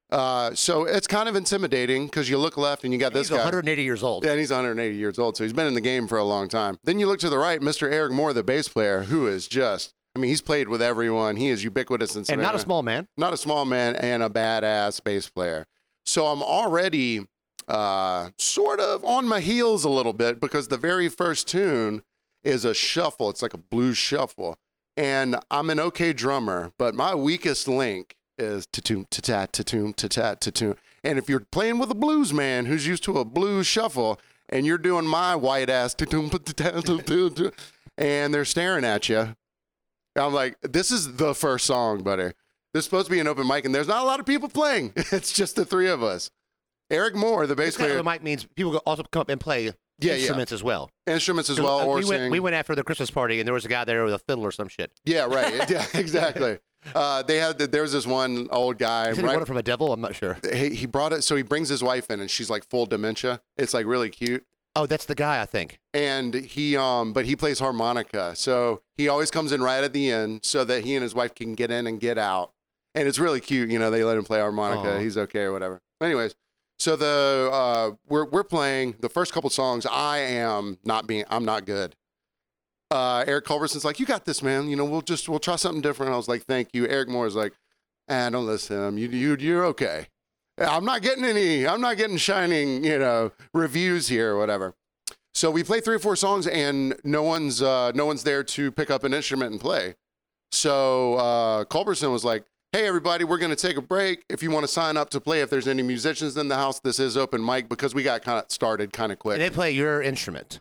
A: Uh, so it's kind of intimidating because you look left and you got this
B: He's
A: guy.
B: 180 years old.
A: Yeah, and he's 180 years old, so he's been in the game for a long time. Then you look to the right, Mr. Eric Moore, the bass player, who is just, I mean, he's played with everyone. He is ubiquitous in
B: and not a
A: Savannah
B: small man.
A: not a small man and a badass bass player. So I'm already uh, sort of on my heels a little bit because the very first tune is a shuffle. It's like a blues shuffle, and I'm an okay drummer, but my weakest link is ta-toom, ta-tat, ta-toom, ta-tat, ta-toom. And if you're playing with a blues man who's used to a blues shuffle, and you're doing my white ass ta-toom, ta-tat, ta-toom, ta- and they're staring at you, I'm like, this is the first song, buddy. There's supposed to be an open mic, and there's not a lot of people playing. It's just the three of us. Eric Moore, the bass
B: It's kind of
A: player,
B: what Mike means people go- also come up and play
A: yeah.
B: instruments as well.
A: instruments as
B: 'Cause,
A: well,
B: uh,
A: or
B: we, went,
A: sing.
B: we went after the Christmas party and there was a guy there with a fiddle or some shit.
A: Yeah, right. Yeah, exactly. Uh, they had the, there was this one old guy.
B: Is it
A: Right,
B: order from a devil? I'm not sure.
A: he, he brought it, so he brings his wife in, and she's like full dementia. It's like really cute.
B: Oh, that's the guy I think.
A: and he um but he plays harmonica so he always comes in right at the end so that he and his wife can get in and get out and it's really cute you know they let him play harmonica
B: Aw.
A: he's okay or whatever anyways so the uh we're we're playing the first couple songs i am not being i'm not good uh eric culberson's like you got this man you know we'll just we'll try something different i was like thank you eric moore's like ah, don't listen to him you, you you're okay i'm not getting any i'm not getting shining you know reviews here or whatever so we play three or four songs, and no one's uh, no one's there to pick up an instrument and play. So uh, Culberson was like, "Hey, everybody, we're going to take a break. If you want to sign up to play, if there's any musicians in the house, this is open mic because we got kind of started kind of
B: And
A: quick."
B: they play your instrument,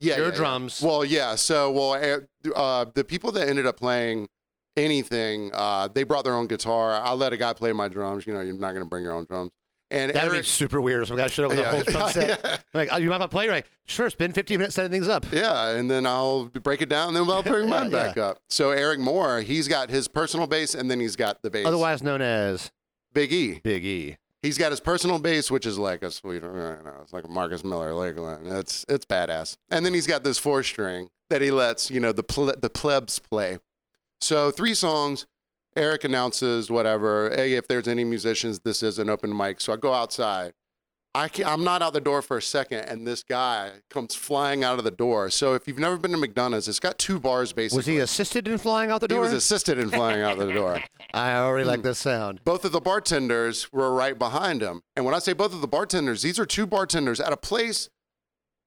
A: yeah,
B: your
A: yeah, yeah.
B: drums.
A: Well, yeah. So, well, uh, uh, the people that ended up playing anything, uh, they brought their own guitar. I let a guy play my drums. You know, you're not going to bring your own drums. And
B: That would be
A: Eric,
B: super weird. Some guy showed up with a whole drum set.
A: yeah,
B: Like, oh, you might have to play. Like, sure, it's been 15 minutes setting things up.
A: Yeah, and then I'll break it down, then I'll bring mine
B: Yeah,
A: back up. So Eric Moore, he's got his personal bass, and then he's got the bass.
B: Otherwise known as
A: Big E.
B: Big E.
A: He's got his personal bass, which is like a sweet, I don't know, it's like a Marcus Miller Lakeland. It's it's badass. And then he's got this four string that he lets you know the ple- the plebs play. So three songs. Eric announces whatever. Hey, if there's any musicians, this is an open mic. So I go outside. I can I'm not out the door for a second, and this guy comes flying out of the door. So if you've never been to McDonald's, it's got two bars basically.
B: Was he assisted in flying out the
A: He
B: door?
A: was Mm. assisted in flying out the door.
B: I already like this sound.
A: Both of the bartenders were right behind him. And when I say both of the bartenders, these are two bartenders at a place.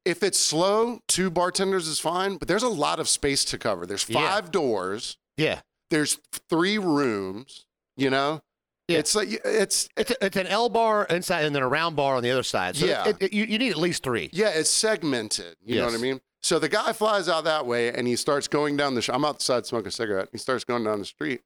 A: If it's slow, two bartenders is fine, but there's a lot of space to cover. There's
B: Yeah.
A: five doors.
B: Yeah.
A: There's three rooms. You know,
B: Yeah.
A: it's like it's
B: It's, a, it's an L bar inside and then a round bar on the other side. So
A: Yeah.
B: it, it, you, you need at least three.
A: Yeah, it's segmented. You know what I
B: Yes.
A: mean? So the guy flies out that way and he starts going down the sh- I'm outside smoking a cigarette. He starts going down the street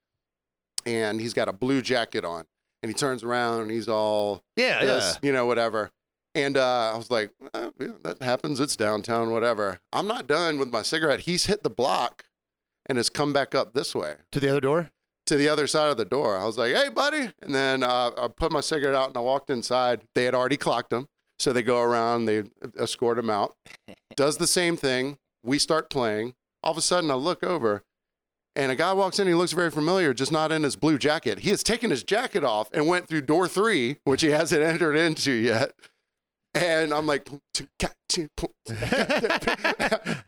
A: and he's got a blue jacket on and he turns around and he's all
B: Yeah.
A: this, you know, whatever. And uh, I was like, "Eh, yeah, that happens. It's downtown, whatever. I'm not done with my cigarette. He's hit the block and has come back up this way
B: To the other door?
A: to the other side of the door. I was like, hey, buddy. And then uh, I put my cigarette out and I walked inside. They had already clocked him. So they go around, they escort him out, does the same thing. We start playing. All of a sudden, I look over and a guy walks in. He looks very familiar, just not in his blue jacket. He has taken his jacket off and went through door three, which he hasn't entered into yet. And I'm like,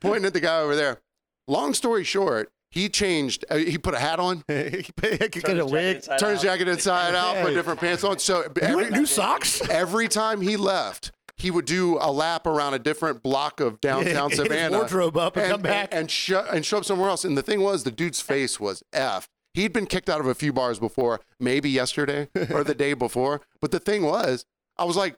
A: pointing at the guy over there. Long story short, he changed, uh, he put a hat on,
B: he get
D: Turn
B: a
D: his jacket
B: wig.
D: inside
A: turn his
D: out.
A: jacket inside out, put
B: Hey.
A: different pants on. So
B: You
A: every,
B: want new socks?
A: every time he left, he would do a lap around a different block of downtown
B: Hit his
A: Savannah.
B: wardrobe up and come back.
A: And, sho- and show up somewhere else. And the thing was, the dude's face was effed. He'd been kicked out of a few bars before, maybe yesterday or the day before. But the thing was, I was like,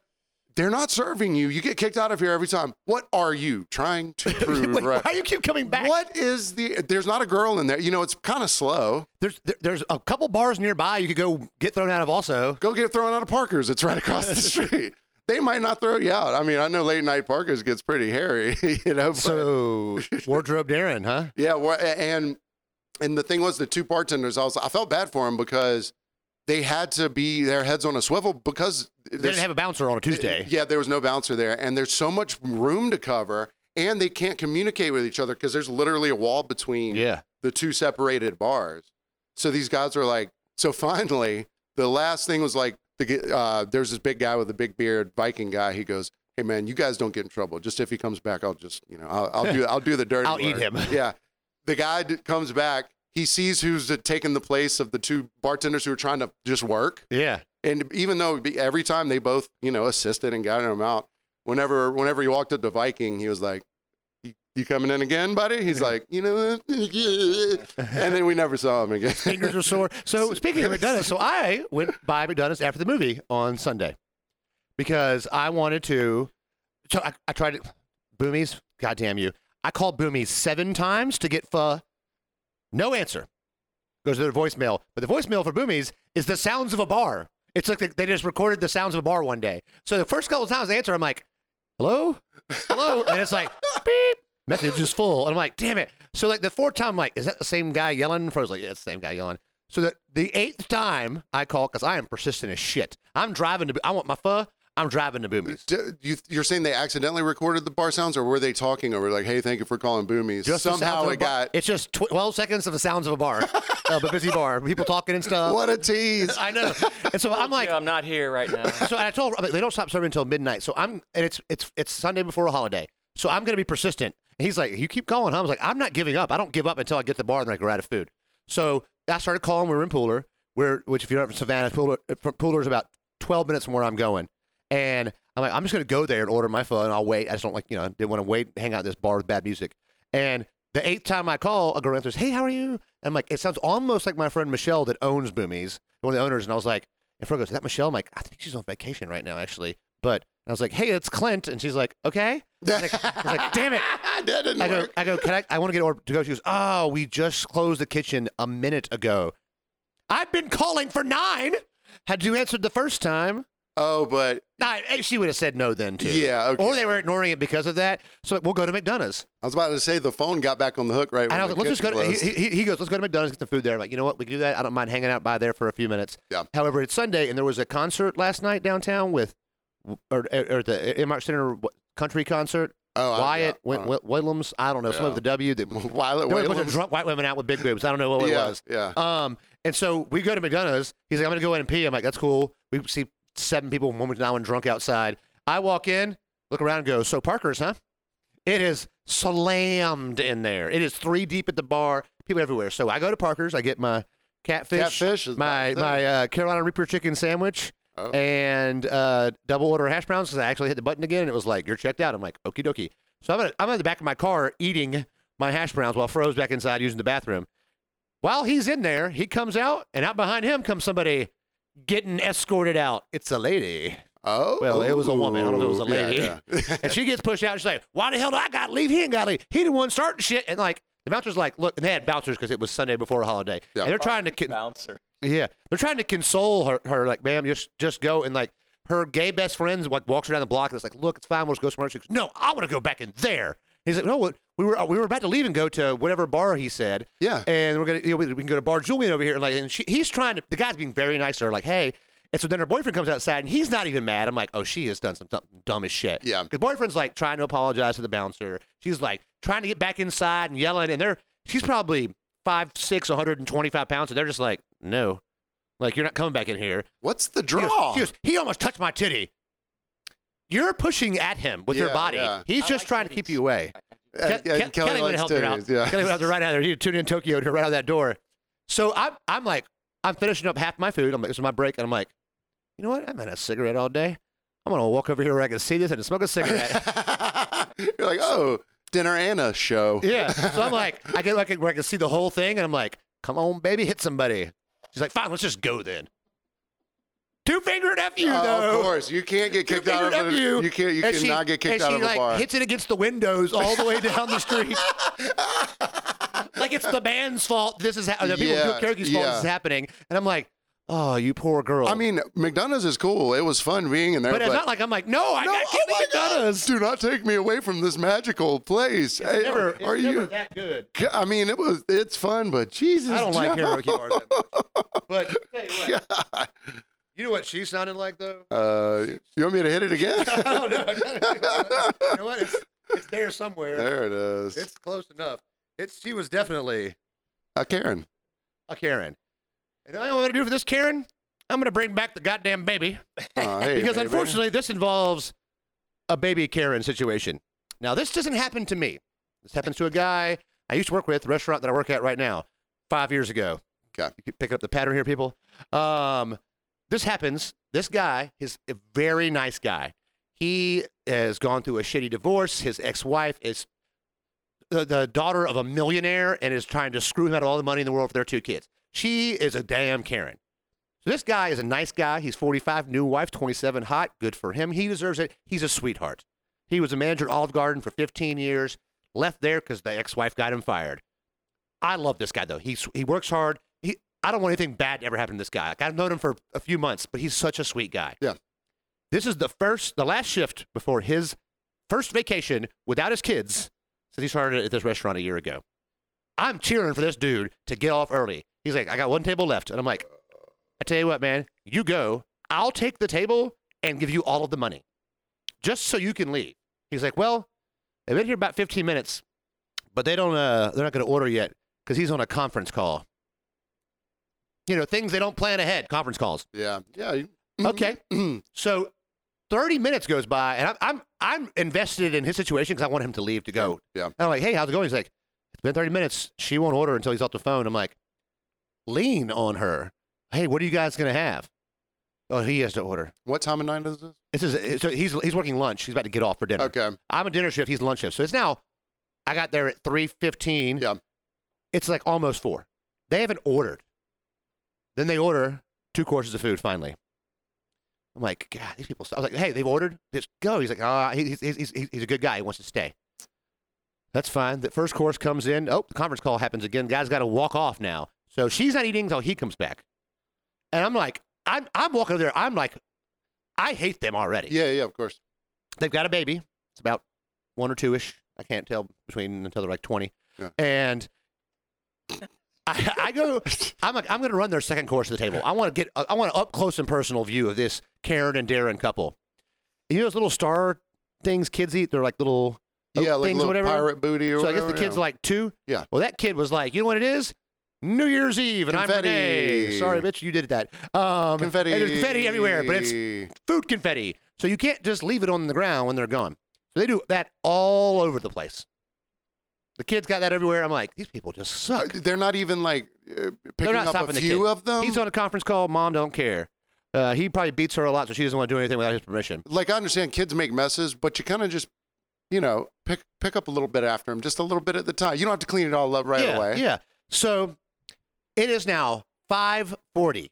A: they're not serving you. You get kicked out of here every time. What are you trying to prove?
B: Wait,
A: right?
B: Why you keep coming back?
A: What is the? There's not a girl in there. You know, it's kind of slow.
B: There's there- there's a couple bars nearby you could go get thrown out of. Also,
A: Go get thrown out of Parker's. It's right across the street. They might not throw you out. I mean, I know late night Parker's gets pretty hairy, you know. But
B: so wardrobe Darren, huh?
A: yeah, well, a- and and the thing was, the two bartenders. I was, I felt bad for them because they had to be their heads on a swivel because
B: They didn't have a bouncer on a Tuesday.
A: Yeah, there was no bouncer there, and there's so much room to cover, and they can't communicate with each other because there's literally a wall between
B: Yeah.
A: the two separated bars. So these guys were like, so finally, the last thing was like, the, g- uh, there's this big guy with a big beard, Viking guy. He goes, "Hey man, you guys don't get in trouble. Just if he comes back, I'll just, you know, I'll, I'll do, I'll do the dirty.
B: I'll eat
A: work."
B: him.
A: Yeah. The guy d- comes back. He sees who's taken the place of the two bartenders who are trying to just work.
B: Yeah.
A: And even though it'd be- every time they both, you know, assisted and got him out, whenever whenever he walked up to Viking, he was like, "You- "You coming in again, buddy?" He's like, "You know," and then we never saw him again.
B: Fingers are sore. So speaking of McDonald's, so I went by McDonald's after the movie on Sunday because I wanted to. So I, I tried it. Boomies, goddamn you! I called Boomies seven times to get pho. No answer. Goes to their voicemail, but the voicemail for Boomies is the sounds of a bar. It's like they- they just recorded the sounds of a bar one day. So the first couple of times I answer, I'm like, "Hello, hello," and it's like, "Beep." Message is full, and I'm like, "Damn it!" So like the fourth time, I'm like, "Is that the same guy yelling?" Fro's like, "Yeah, it's the same guy yelling." So that the eighth time I call because I am persistent as shit. I'm driving to. Bo- I want my pho. I'm driving to Boomies.
A: Do- you, you're saying they accidentally recorded the bar sounds, or were they talking over like, "Hey, thank you for calling Boomies"?
B: Just the sounds
A: Somehow
B: of
A: it
B: a bar.
A: got
B: It's just tw- 12 seconds of the sounds of a bar, of a busy bar, people talking and stuff.
A: what a tease.
B: I know. And so I'm like,
D: I'm not here right now.
B: so I told Robert, they don't stop serving until midnight. So I'm, and it's it's it's Sunday before a holiday. So I'm gonna be persistent. And he's like, you keep calling. Huh? I was like, I'm not giving up. I don't give up until I get to the bar and I go out of food. So I started calling. We were in Pooler, where which if you're not from Savannah, Pooler uh, from Pooler is about 12 minutes from where I'm going. And I'm like, I'm just gonna go there and order my food and I'll wait. I just don't like you know I didn't want to wait, hang out at this bar with bad music. And the eighth time I call, a girl answers, "Hey, how are you?" And I'm like, it sounds almost like my friend Michelle that owns Boomies, one of the owners. And I was like, and Fro goes, "Is that Michelle?" I'm like, I think she's on vacation right now, actually. But and I was like, "Hey, it's Clint," and she's like, "Okay." I was like, I was like, "Damn it!"
A: that didn't
B: I go,
A: work.
B: I go, can I? I want to get order to go. She goes, "Oh, we just closed the kitchen a minute ago." I've been calling for nine. Had you answered the first time?
A: Oh, but
B: Nah, eh, she would have said no then too.
A: yeah. Okay.
B: Or they were ignoring it because of that. So like, we'll go to McDonald's.
A: I was about to say the phone got back on the hook right.
B: And
A: when
B: I was
A: the
B: like, let's just go.
A: kitchen
B: To,
A: closed.
B: he, he, he goes, let's go to McDonald's get some food there. I'm like, you know what? We can do that. I don't mind hanging out by there for a few minutes.
A: Yeah.
B: However, it's Sunday, and there was a concert last night downtown with, or, or the Mark Center what, country concert.
A: oh, I-
B: Wyatt,
A: yeah,
B: Wi-
A: I don't know.
B: Wi- Williams, I don't know, some
A: Yeah.
B: of the W. That, there
A: Wyatt,
B: were a bunch
A: Wyatt-
B: of drunk white women out with big boobs. I don't know what
A: yeah,
B: it was.
A: yeah.
B: Um, and so we go to McDonald's. He's like, I'm gonna go in and pee. I'm like, that's cool. We see seven people, one was now and drunk outside. I walk in, look around, and go, so Parker's, huh? It is slammed in there. It is three deep at the bar, people everywhere. So I go to Parker's, I get my catfish,
A: Catfish is
B: my
A: about
B: my uh, Carolina Reaper chicken sandwich,
A: Oh.
B: and uh, double order hash browns because I actually hit the button again and it was like, you're checked out. I'm like, okie dokie. So I'm at, I'm at the back of my car eating my hash browns while Fro's back inside using the bathroom. While he's in there, he comes out, and out behind him comes somebody getting escorted out. It's a lady.
A: Oh,
B: Well, it was a woman. I don't know if it was a
A: Ooh, yeah,
B: lady.
A: yeah.
B: And she gets pushed out. She's like, why the hell do I got to leave? He ain't got to leave. He the one starting shit. And like, the bouncer's like, look, and they had bouncers because it was Sunday before a holiday.
A: Yeah.
B: And they're trying to, con-
D: Bouncer.
B: yeah, they're trying to console her, her like, ma'am, just, just go. And like, her gay best friends like walks her down the block and it's like, look, it's fine. We'll just go somewhere. else." She goes, no, I want to go back in there. He's like, no, what- we were we were about to leave and go to whatever bar he said.
A: Yeah.
B: and we're gonna you know, we, we can go to Bar Julian over here. And like, and she, he's trying to. The guy's being very nice to her. Like, hey. And so then her boyfriend comes outside and he's not even mad. I'm like, oh, she has done some dumb, dumb as shit.
A: Yeah.
B: Because boyfriend's like trying to apologize to the bouncer. She's like trying to get back inside and yelling. And they're, she's probably five, six, 125 pounds. And they're just like, no, like you're not coming back in here.
A: What's the
B: He goes-
A: draw?
B: He, goes, he almost touched my titty. You're pushing at him with your
A: Yeah,
B: body.
A: yeah.
B: He's
D: I
B: just
D: like
B: trying to keep
D: titties.
B: you away.
A: Uh,
B: Ke-
A: yeah,
B: Ke- Kelly would
A: likes
B: help her
A: titties,
B: out.
A: Yeah.
B: Kelly would have to right out there. You tune in Tokyo to right out that door. So I'm, I'm like, I'm finishing up half my food. I'm like, this is my break. And I'm like, you know what? I've had a cigarette all day. I'm going to walk over here where I can see this and smoke a cigarette.
A: You're like, oh, dinner and a show.
B: Yeah. So I'm like, I get like where I can see the whole thing, and I'm like, come on, baby, hit somebody. She's like, fine, let's just go then. Two fingered F you
A: Uh,
B: though.
A: Of course, you can't get kicked out
B: fingered
A: of
B: F
A: a,
B: you.
A: You can't. You
B: And she-
A: cannot get kicked
B: and
A: out
B: she,
A: of
B: like,
A: a bar.
B: Hits it against the windows all the way down the street. like it's the band's fault. This is ha- the people
A: Yeah,
B: who do karaoke's fault. This
A: yeah.
B: is happening, and I'm like, oh, you poor girl.
A: I mean, McDonald's is cool. It was fun being in there,
B: but
A: but,
B: it's not like I'm like, no, I
A: No,
B: got
A: oh my God,
B: McDonald's.
A: do not take me away from this magical place. Hey,
B: Never,
A: are
B: it's
A: you?
B: never that good.
A: I mean, it was. It's fun, but Jesus,
B: I don't like
A: John.
B: karaoke bars. That much. But tell you what, You know what she sounded like though?
A: Uh, you want me to hit it again?
B: I don't know. you know what? It's, it's there somewhere.
A: there it is.
B: It's close enough. It's she was definitely
A: uh, Karen.
B: a Karen. And I know what I'm gonna do for this Karen? I'm gonna bring back the goddamn baby.
A: Uh, hey,
B: Because
A: baby.
B: unfortunately this involves a baby Karen situation. Now this doesn't happen to me. This happens to a guy I used to work with, the restaurant that I work at right now, five years ago.
A: Okay.
B: You keep picking up the pattern here, people. Um, this happens. This guy is a very nice guy. He has gone through a shitty divorce. His ex-wife is the, the daughter of a millionaire and is trying to screw him out of all the money in the world for their two kids. She is a damn Karen. So this guy is a nice guy. He's 45, new wife, 27, hot. Good for him. He deserves it. He's a sweetheart. He was a manager at Olive Garden for 15 years. Left there because the ex-wife got him fired. I love this guy though. He's he works hard. He I don't want anything bad to ever happen to this guy. Like, I've known him for a few months, but he's such a sweet guy.
A: Yeah.
B: This is the first, the last shift before his first vacation without his kids since he started at this restaurant a year ago. I'm cheering for this dude to get off early. He's like, I got one table left, and I'm like, I tell you what, man, you go. I'll take the table and give you all of the money, just so you can leave. He's like, well, they've been here about 15 minutes, but they don't. Uh, they're not going to order yet because he's on a conference call. You know, things they don't plan ahead. Conference calls.
A: Yeah. Yeah. you-
B: Okay. So 30 minutes goes by, and I'm I'm, I'm invested in his situation because I want him to leave to go.
A: Yeah.
B: And I'm like, hey, how's it going? He's like, it's been 30 minutes. She won't order until he's off the phone. I'm like, lean on her. Hey, what are you guys gonna have? Oh, he has to order.
A: What time of night is this?
B: This is so he's he's working lunch. He's about to get off for dinner.
A: Okay.
B: I'm a dinner shift. He's lunch shift. So it's now. I got there at three fifteen. um,
A: Yeah.
B: It's like almost four. They haven't ordered. Then they order two courses of food. Finally, I'm like, God, these people. I was like, Hey, they've ordered. Just go. He's like, Ah, he- he's, he's, he's he's a good guy. He wants to stay. That's fine. The first course comes in. Oh, the conference call happens again. Guy's got to walk off now. So she's not eating until he comes back. And I'm like, I'm I'm walking over there. I'm like, I hate them already.
A: Yeah. Yeah. Of course.
B: They've got a baby. It's about one or two ish. I can't tell between until they're like twenty.
A: Yeah.
B: And I, I go. I'm like, I'm going to run their second course of the table. I want to get. I want an up close and personal view of this Karen and Darren couple. You know those little star things kids eat? They're like little oat
A: Yeah. Like
B: things,
A: little
B: whatever.
A: pirate booty or
B: so I
A: whatever.
B: guess the
A: yeah.
B: kid's like two.
A: Yeah.
B: Well, that kid was like, you know what it is? New Year's Eve, and
A: Confetti.
B: I'm Renee. Sorry, bitch, you did that. Um,
A: confetti.
B: And there's confetti everywhere, but it's food confetti. So you can't just leave it on the ground when they're gone. So they do that all over the place. The kids got that everywhere. I'm like, these people just
A: Uh,
B: suck.
A: They're not even like uh, picking
B: not
A: up a
B: stopping the
A: few
B: kid.
A: of them.
B: He's on a conference call. Mom don't care. Uh, he probably beats her a lot, so she doesn't want to do anything without his permission.
A: like I understand kids make messes, but you kind of just, you know, pick pick up a little bit after them, just a little bit at the time. You don't have to clean it all up right
B: yeah,
A: away.
B: Yeah. So it is now 5:40.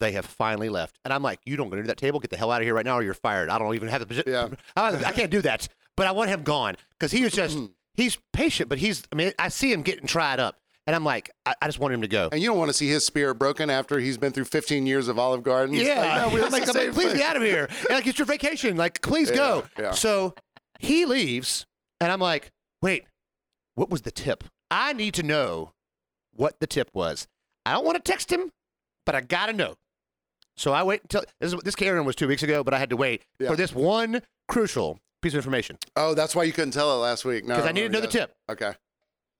B: They have finally left, and I'm like, "You don't go to that table. Get the hell out of here right now, or you're fired." I don't even have the position.
A: Yeah.
B: I, I can't do that.
A: Hmm.
B: But I want him gone because he was just—he's patient, but he's—I mean, I see him getting tried up, And I'm like, I, I just want him to go.
A: And you don't want to see his spirit broken after he's been through 15 years of Olive Garden. It's like,
B: Yeah,
A: no, we
B: I'm like,
A: like,
B: I'm like, please
A: thing.
B: get out of here. And like, it's your vacation. Like, please
A: Yeah,
B: go.
A: yeah.
B: So he leaves, and I'm like, wait, what was the tip? I need to know what the tip was. I don't want to text him, but I gotta know. So I wait until this, is- this Karen was two weeks ago, but I had to wait
A: Yeah.
B: for this one crucial piece of information
A: Oh, that's why you couldn't tell it last week. No,
B: because I needed to know
A: remember,
B: the tip.
A: yeah. Okay.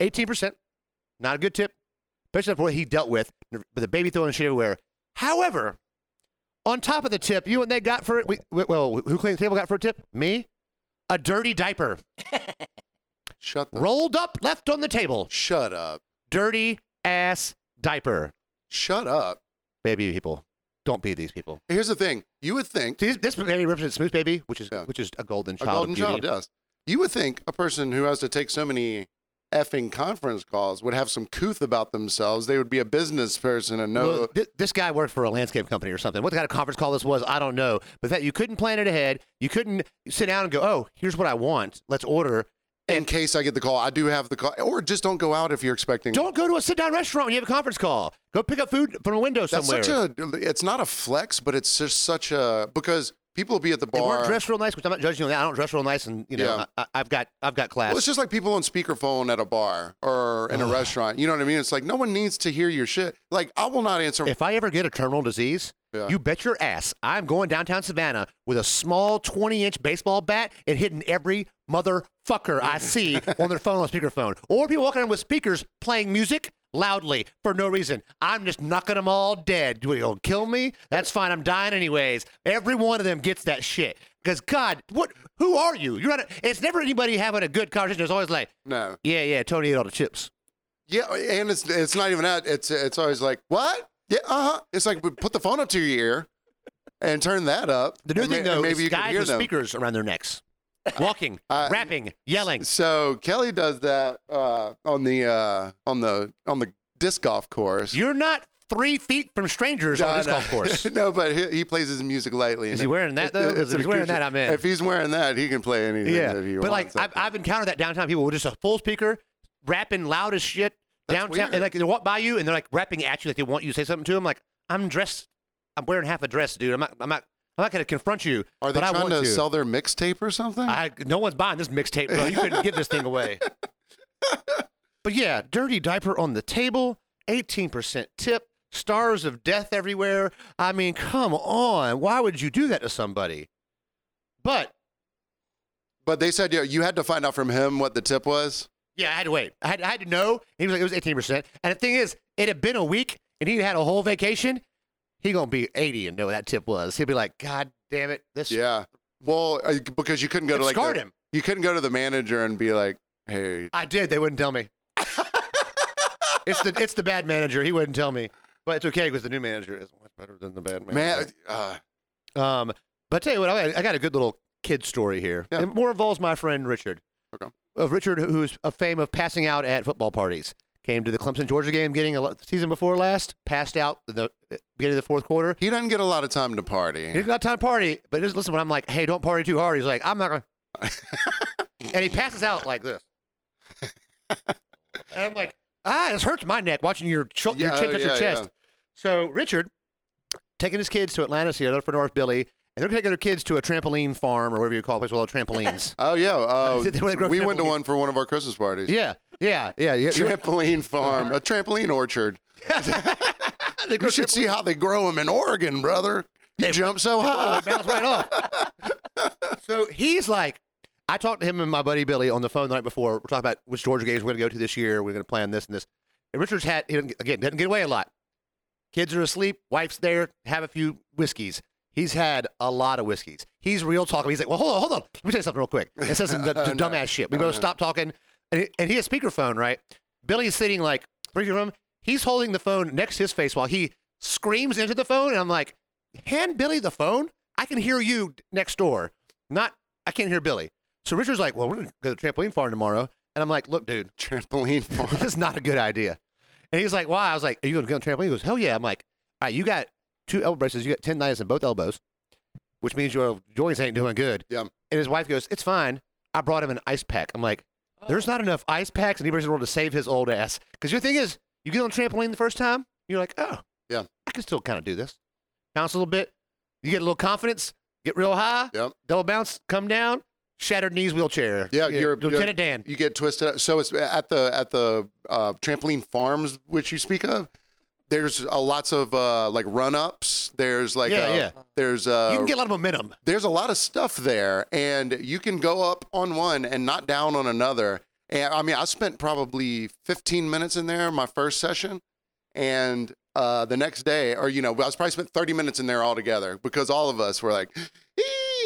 B: Eighteen percent, not a good tip, especially for what he dealt with with the baby throwing shit everywhere. However, on top of the tip, you and they got for it. We, we- well, who cleaned the table got for a tip? Me, a dirty diaper
A: Shut the,
B: rolled up, left on the table.
A: Shut up.
B: Dirty ass diaper.
A: Shut up.
B: Baby people, don't be these people.
A: Here's the thing. You would think
B: See, this, this baby represents Smooth Baby, which is
A: Yeah.
B: which is a golden
A: a
B: child. of
A: golden
B: beauty.
A: child does. You would think a person who has to take so many effing conference calls would have some couth about themselves. They would be a business person and know.
B: Well, thi- this guy worked for a landscape company or something. What kind of conference call this was, I don't know. But that you couldn't plan it ahead. You couldn't sit down and go, oh, here's what I want. Let's order.
A: in case I get the call, I do have the call, or just don't go out if you're expecting.
B: Don't go to a sit down restaurant when you have a conference call. Go pick up food from a window
A: That's
B: somewhere.
A: such a. It's not a flex, but it's just such a because people will be at the
B: they weren't
A: bar.
B: dressed real nice, which I'm not judging on that. I don't dress real nice, and you know,
A: Yeah.
B: I, I, have got I've got class.
A: Well, it's just like people on speakerphone at a bar or in a restaurant. You know what I mean? It's like no one needs to hear your shit. Like I will not answer.
B: if I ever get a terminal disease,
A: Yeah.
B: you bet your ass I'm going downtown Savannah with a small 20 inch baseball bat and hitting every motherfucker I see on their phone on speakerphone. Or people walking around with speakers playing music loudly for no reason. I'm just knocking them all dead. Will you kill me? That's fine. I'm dying anyways. Every one of them gets that shit. Because God, what? Who are you? You're not. A, it's never anybody having a good conversation. It's always like,
A: no.
B: yeah, yeah. Tony ate all the chips.
A: Yeah, and it's it's not even that. It's it's always like what? Yeah, uh huh. It's like put the phone up to your ear and turn that up.
B: The new
A: and
B: thing
A: ma- and
B: though
A: maybe
B: is
A: you can
B: guys
A: hear
B: with
A: them.
B: speakers around their necks, walking,
A: Uh,
B: rapping, yelling.
A: So Kelly does that uh, on the uh, on the on the disc golf course.
B: You're not three feet from strangers on this
A: No,
B: golf
A: no.
B: course.
A: no, but he, he plays his music lightly.
B: Is
A: and
B: he
A: it-
B: wearing that
A: it-
B: though?
A: it's
B: If
A: an
B: he's wearing
A: acoustic-
B: that, I'm in.
A: If he's wearing that, he can play anything
B: Yeah,
A: that he
B: but like
A: wants.
B: I've, I've encountered that downtown people with just a full speaker, rapping loud as shit
A: That's
B: downtown,
A: weird.
B: and like they walk by you and they're like rapping at you, like they want you to say something to them. Like I'm dressed, I'm wearing half a dress, dude. I'm not, I'm not, I'm not gonna confront you.
A: Are they
B: but I
A: trying
B: want
A: to,
B: to
A: sell their mixtape or something?
B: I, no one's buying this mixtape, bro. You couldn't give this thing away. But yeah, dirty diaper on the table, 18% tip, stars of death everywhere. I mean, come on. Why would you do that to somebody? But
A: but they said you, you had to find out from him what the tip was.
B: yeah, I had to wait. I had, I had to know. He was like, it was 18%. And the thing is, it had been a week and he had a whole vacation. He gonna be 80 and know what that tip was. He'll be like, God damn it. This
A: Yeah. Well, uh, because you couldn't go
B: it
A: to like
B: scarred
A: the-
B: him.
A: you couldn't go to the manager and be like, hey,
B: I did. They wouldn't tell me. it's the it's the bad manager. He wouldn't tell me. But it's okay because the new manager is much better than the bad
A: man.
B: manager.
A: Uh,
B: Um, but I tell you what, I got, I got a good little kid story here.
A: Yeah.
B: It more involves my friend Richard.
A: Okay.
B: Of Richard, who- who's a fame of passing out at football parties. Came to the Clemson Georgia game, getting a lo- season before last, passed out the uh, beginning of the fourth quarter.
A: he doesn't get a lot of time to party.
B: He's got time to party, but just listen when I'm like, hey, don't party too hard. He's like, I'm not gonna. and he passes out like this. and I'm like, ah, this hurts my neck watching your, ch- your
A: Yeah,
B: chin
A: oh,
B: touch
A: yeah,
B: your chest.
A: yeah.
B: So Richard taking his kids to Atlanta, see another friend of ours, Billy, and they're taking their kids to a trampoline farm or whatever you call it, a place with all the trampolines.
A: Oh yeah, uh,
B: They wanna grow
A: we went to
B: trampoline.
A: one for one of our Christmas parties.
B: yeah, yeah, yeah. yeah you're-
A: Trampoline farm, a trampoline orchard.
B: they grow
A: You should see how they grow them in Oregon, brother. You jump so high.
B: It bounced Oh, right off. so he's like, I talked to him and my buddy Billy on the phone the night before. We're talking about which Georgia games we're going to go to this year. We're going to plan this and this. And Richard's had, he doesn't- again, doesn't get away a lot. Kids are asleep. Wife's there. Have a few whiskeys. He's had a lot of whiskeys. He's real talking. He's like, well, hold on, hold on. Let me tell you something real quick. It says some d- d-
A: No.
B: dumbass shit. We both stop talking. And he, and he has speakerphone, right? Billy's sitting like three feet from him. He's holding the phone next to his face while he screams into the phone. And I'm like, hand Billy the phone? I can hear you next door. Not, I can't hear Billy. So Richard's like, well, we're going to go to the trampoline farm tomorrow. And I'm like, look, dude,
A: Trampoline farm.
B: this is not a good idea. And he's like, why? I was like, are you going to go on trampoline? He goes, hell yeah. I'm like, all right, you got two elbow braces. You got tendonitis in both elbows, which means your joints ain't doing good.
A: Yeah.
B: And his wife goes, it's fine. I brought him an ice pack. I'm like, There's not enough ice packs in anybody's world to save his old ass. Because your thing is, you get on the trampoline the first time, you're like, oh,
A: Yeah.
B: I can still kind of do this. Bounce a little bit. You get a little confidence, get real high,
A: Yep.
B: double bounce, come down, shattered knees, wheelchair.
A: Yeah, you're-
B: Lieutenant Dan.
A: you get twisted up. So it's at the at the uh, trampoline farms which you speak of. There's uh, lots of uh, like run ups. There's like
B: Yeah,
A: uh,
B: yeah.
A: There's uh,
B: you can get a lot of momentum.
A: there's a lot of stuff there, and you can go up on one and not down on another. And I mean, I spent probably 15 minutes in there my first session, and uh, the next day, or you know, I was probably spent 30 minutes in there altogether because all of us were like,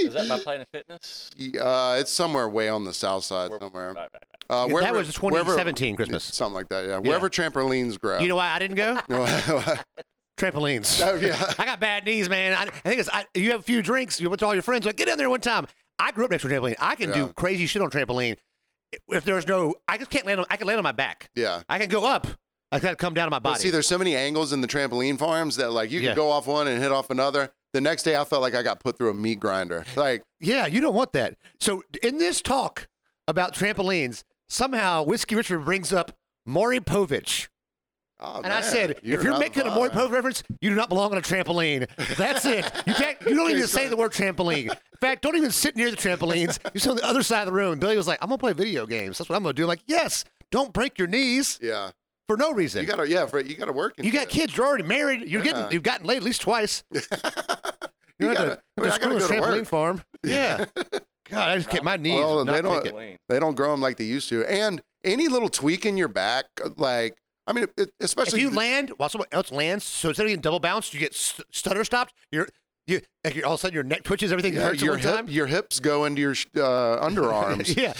D: Is that by Planet Fitness?
A: uh, it's somewhere way on the south side
D: Where-
A: somewhere.
D: Right, right, right.
A: Uh,
B: that
A: wherever-
B: was
A: wherever-
B: 2017 Christmas.
A: Something like that, yeah. Wherever trampolines grow.
B: You know why I didn't go?
A: oh,
B: Trampolines.
A: yeah.
B: I got bad knees, man. I, I think it's I, you have a few drinks. You're with all your friends. Like, get in there one time. I grew up next to a trampoline. I can do
A: Yeah.
B: crazy shit on trampoline. If there's no, I just can't land on. I can land on my back.
A: Yeah.
B: I can go up. I gotta come down to my
A: But
B: body.
A: see, there's so many angles in the trampoline farms that, like, you can
B: Yeah.
A: go off one and hit off another. The next day, I felt like I got put through a meat grinder. Like,
B: yeah, you don't want that. So in this talk about trampolines, somehow Whiskey Richard brings up Maury Povich.
A: oh,
B: And I
A: man,
B: said, if you're
A: not
B: making a
A: vibe.
B: Maury Povich reference, you do not belong on a trampoline. That's it. You can't. You don't even say the word trampoline. In fact, don't even sit near the trampolines. You sit on the other side of the room. Billy was like, "I'm gonna play video games. That's what I'm gonna do." I'm like, yes, don't break your knees
A: yeah,
B: for no
A: you
B: reason.
A: gotta, yeah, Fred, you gotta work. in
B: You got
A: that.
B: kids. You're already married. You're
A: Yeah.
B: getting. You've gotten laid at least twice.
A: You
B: You're at
A: gotta,
B: the,
A: I mean, I
B: at the
A: gotta
B: school
A: go to
B: trampoline
A: work.
B: farm. Yeah. God, I just get my knees.
A: Well, they
B: not
A: don't-
B: take it.
D: Plain.
A: They don't grow them like they used to. And any little tweak in your back, like, I mean, it,
B: If
A: especially
B: you land while someone else lands, so instead of getting double bounced, you get st- stutter stopped. You're you like you're all of a sudden your neck twitches. Everything
A: yeah,
B: hurts at
A: your
B: one
A: hip-
B: time.
A: your hips go into your sh- uh, underarms.
B: Yeah,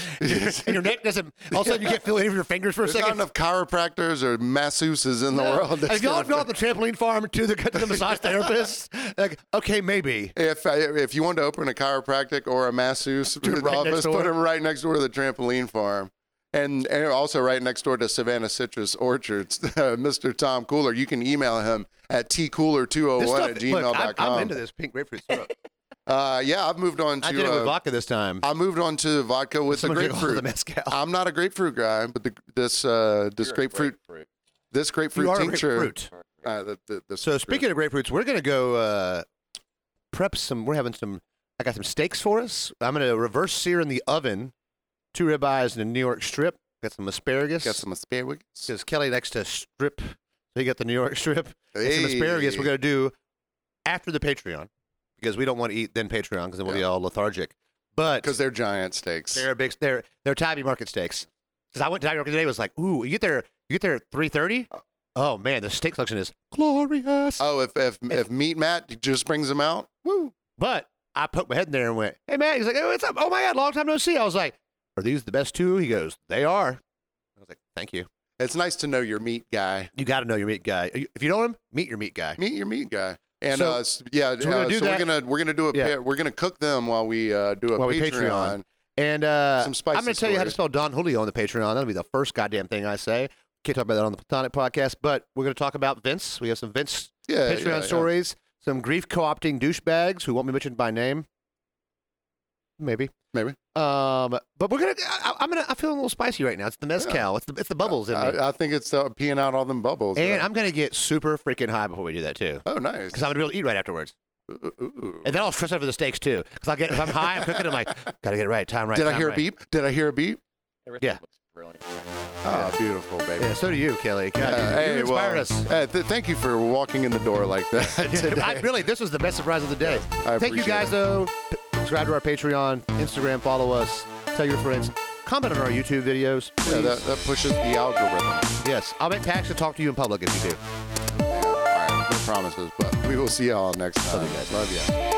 B: and your neck doesn't. All of a sudden, you can't feel any of your fingers for a
A: There's not
B: second.
A: enough chiropractors or masseuses in the world. that's
B: Have y'all
A: gonna-
B: gone to the trampoline farm to the, to the massage therapist? Like, okay, maybe.
A: If I- if you wanted to open a chiropractic or a masseuse
B: it right
A: office,
B: next
A: put
B: door.
A: them right next door to the trampoline farm, and, and also right next door to Savannah Citrus Orchards. Mr. Tom Cooler, you can email him at
B: This
A: tcooler201
B: stuff,
A: at
B: look, I'm,
A: gmail.com.
B: I'm into this pink grapefruit syrup.
A: Uh, yeah, I've moved on to
B: I did it with
A: uh,
B: vodka this time.
A: I moved on to vodka with the
B: Someone drink all
A: grapefruit. Uh,
B: The mezcal.
A: I'm not a grapefruit guy, but the, this uh, this
D: You're a
A: grapefruit
D: grapefruit.
A: this grapefruit
B: you are a
A: tincture.
B: grapefruit.
A: Uh, the, the, the
B: So speaking of grapefruits, we're gonna go uh, prep some. We're having some. I got some steaks for us. I'm gonna reverse sear in the oven, two ribeyes and a New York strip. Got some asparagus.
A: got some asparagus.
B: Because Kelly likes to strip, so you got the New York strip. and some asparagus.
A: Hey.
B: We're gonna do after the Patreon because we don't want to eat then Patreon because then we'll be all lethargic. But
A: because they're giant steaks.
B: they're big. They're they're Tybee Market steaks. Because I went to Tybee Market today, was like, ooh, you get there, you get there at three thirty.
A: Uh,
B: Oh man, the steak selection is glorious.
A: Oh, if if if Meat Matt just brings them out, woo.
B: But I poked my head in there and went, "Hey man," he's like, "Oh, what's up? Oh my god, long time no see." I was like, "Are these the best two? He goes, "They are." I was like, "Thank you.
A: It's nice to know your meat guy.
B: You got to know your meat guy. If you know him, meet your meat guy."
A: Meet your meat guy. And
B: So-
A: uh, s- yeah,
B: so we're gonna
A: uh,
B: do
A: so
B: that.
A: we're gonna we're gonna do a
B: Yeah.
A: pair. we're gonna cook them while we uh, do a
B: While we
A: Patreon.
B: Patreon. And uh,
A: Some spicy
B: I'm going to tell you how to
A: stories.
B: spell Don Julio on the Patreon. That'll be the first goddamn thing I say. Can't talk about that on the Platonic podcast, but we're going to talk about Vince. We have some Vince
A: Yeah,
B: Patreon
A: yeah, yeah.
B: stories, some grief co-opting douchebags who won't be mentioned by name. Maybe.
A: Maybe.
B: Um, but we're gonna. I, I'm gonna. I'm feeling a little spicy right now. It's the mezcal. It's the it's the bubbles in me.
A: I, I think it's uh, peeing out all them bubbles.
B: and
A: uh,
B: I'm gonna get super freaking high before we do that too,
A: oh, nice.
B: because I'm gonna be able to eat right afterwards.
A: Ooh, ooh, ooh.
B: And then I'll stress out for the steaks too, because I get if I'm high, I'm cooking. I'm like, gotta get it right, time right.
A: Did I
B: time
A: hear
B: right.
A: a beep? Did I hear a beep?
D: Everything
B: Yeah.
D: looks brilliant.
A: Ah, beautiful, baby.
B: Yeah, so do you, Kelly. God, you,
A: Uh,
B: you
A: hey,
B: inspired
A: well,
B: us.
A: uh, th- thank you for walking in the door like that. today.
B: I, really, this was the best surprise of the day.
A: I
B: Thank you
A: appreciate
B: guys,
A: it.
B: though. Subscribe to our Patreon, Instagram, follow us, tell your friends, comment on our YouTube videos.
A: Yeah,
B: Please.
A: that, that pushes the algorithm.
B: yes, I'll make Pax to talk to you in public if you do.
A: All right, no promises, but we will see y'all next time. Love you.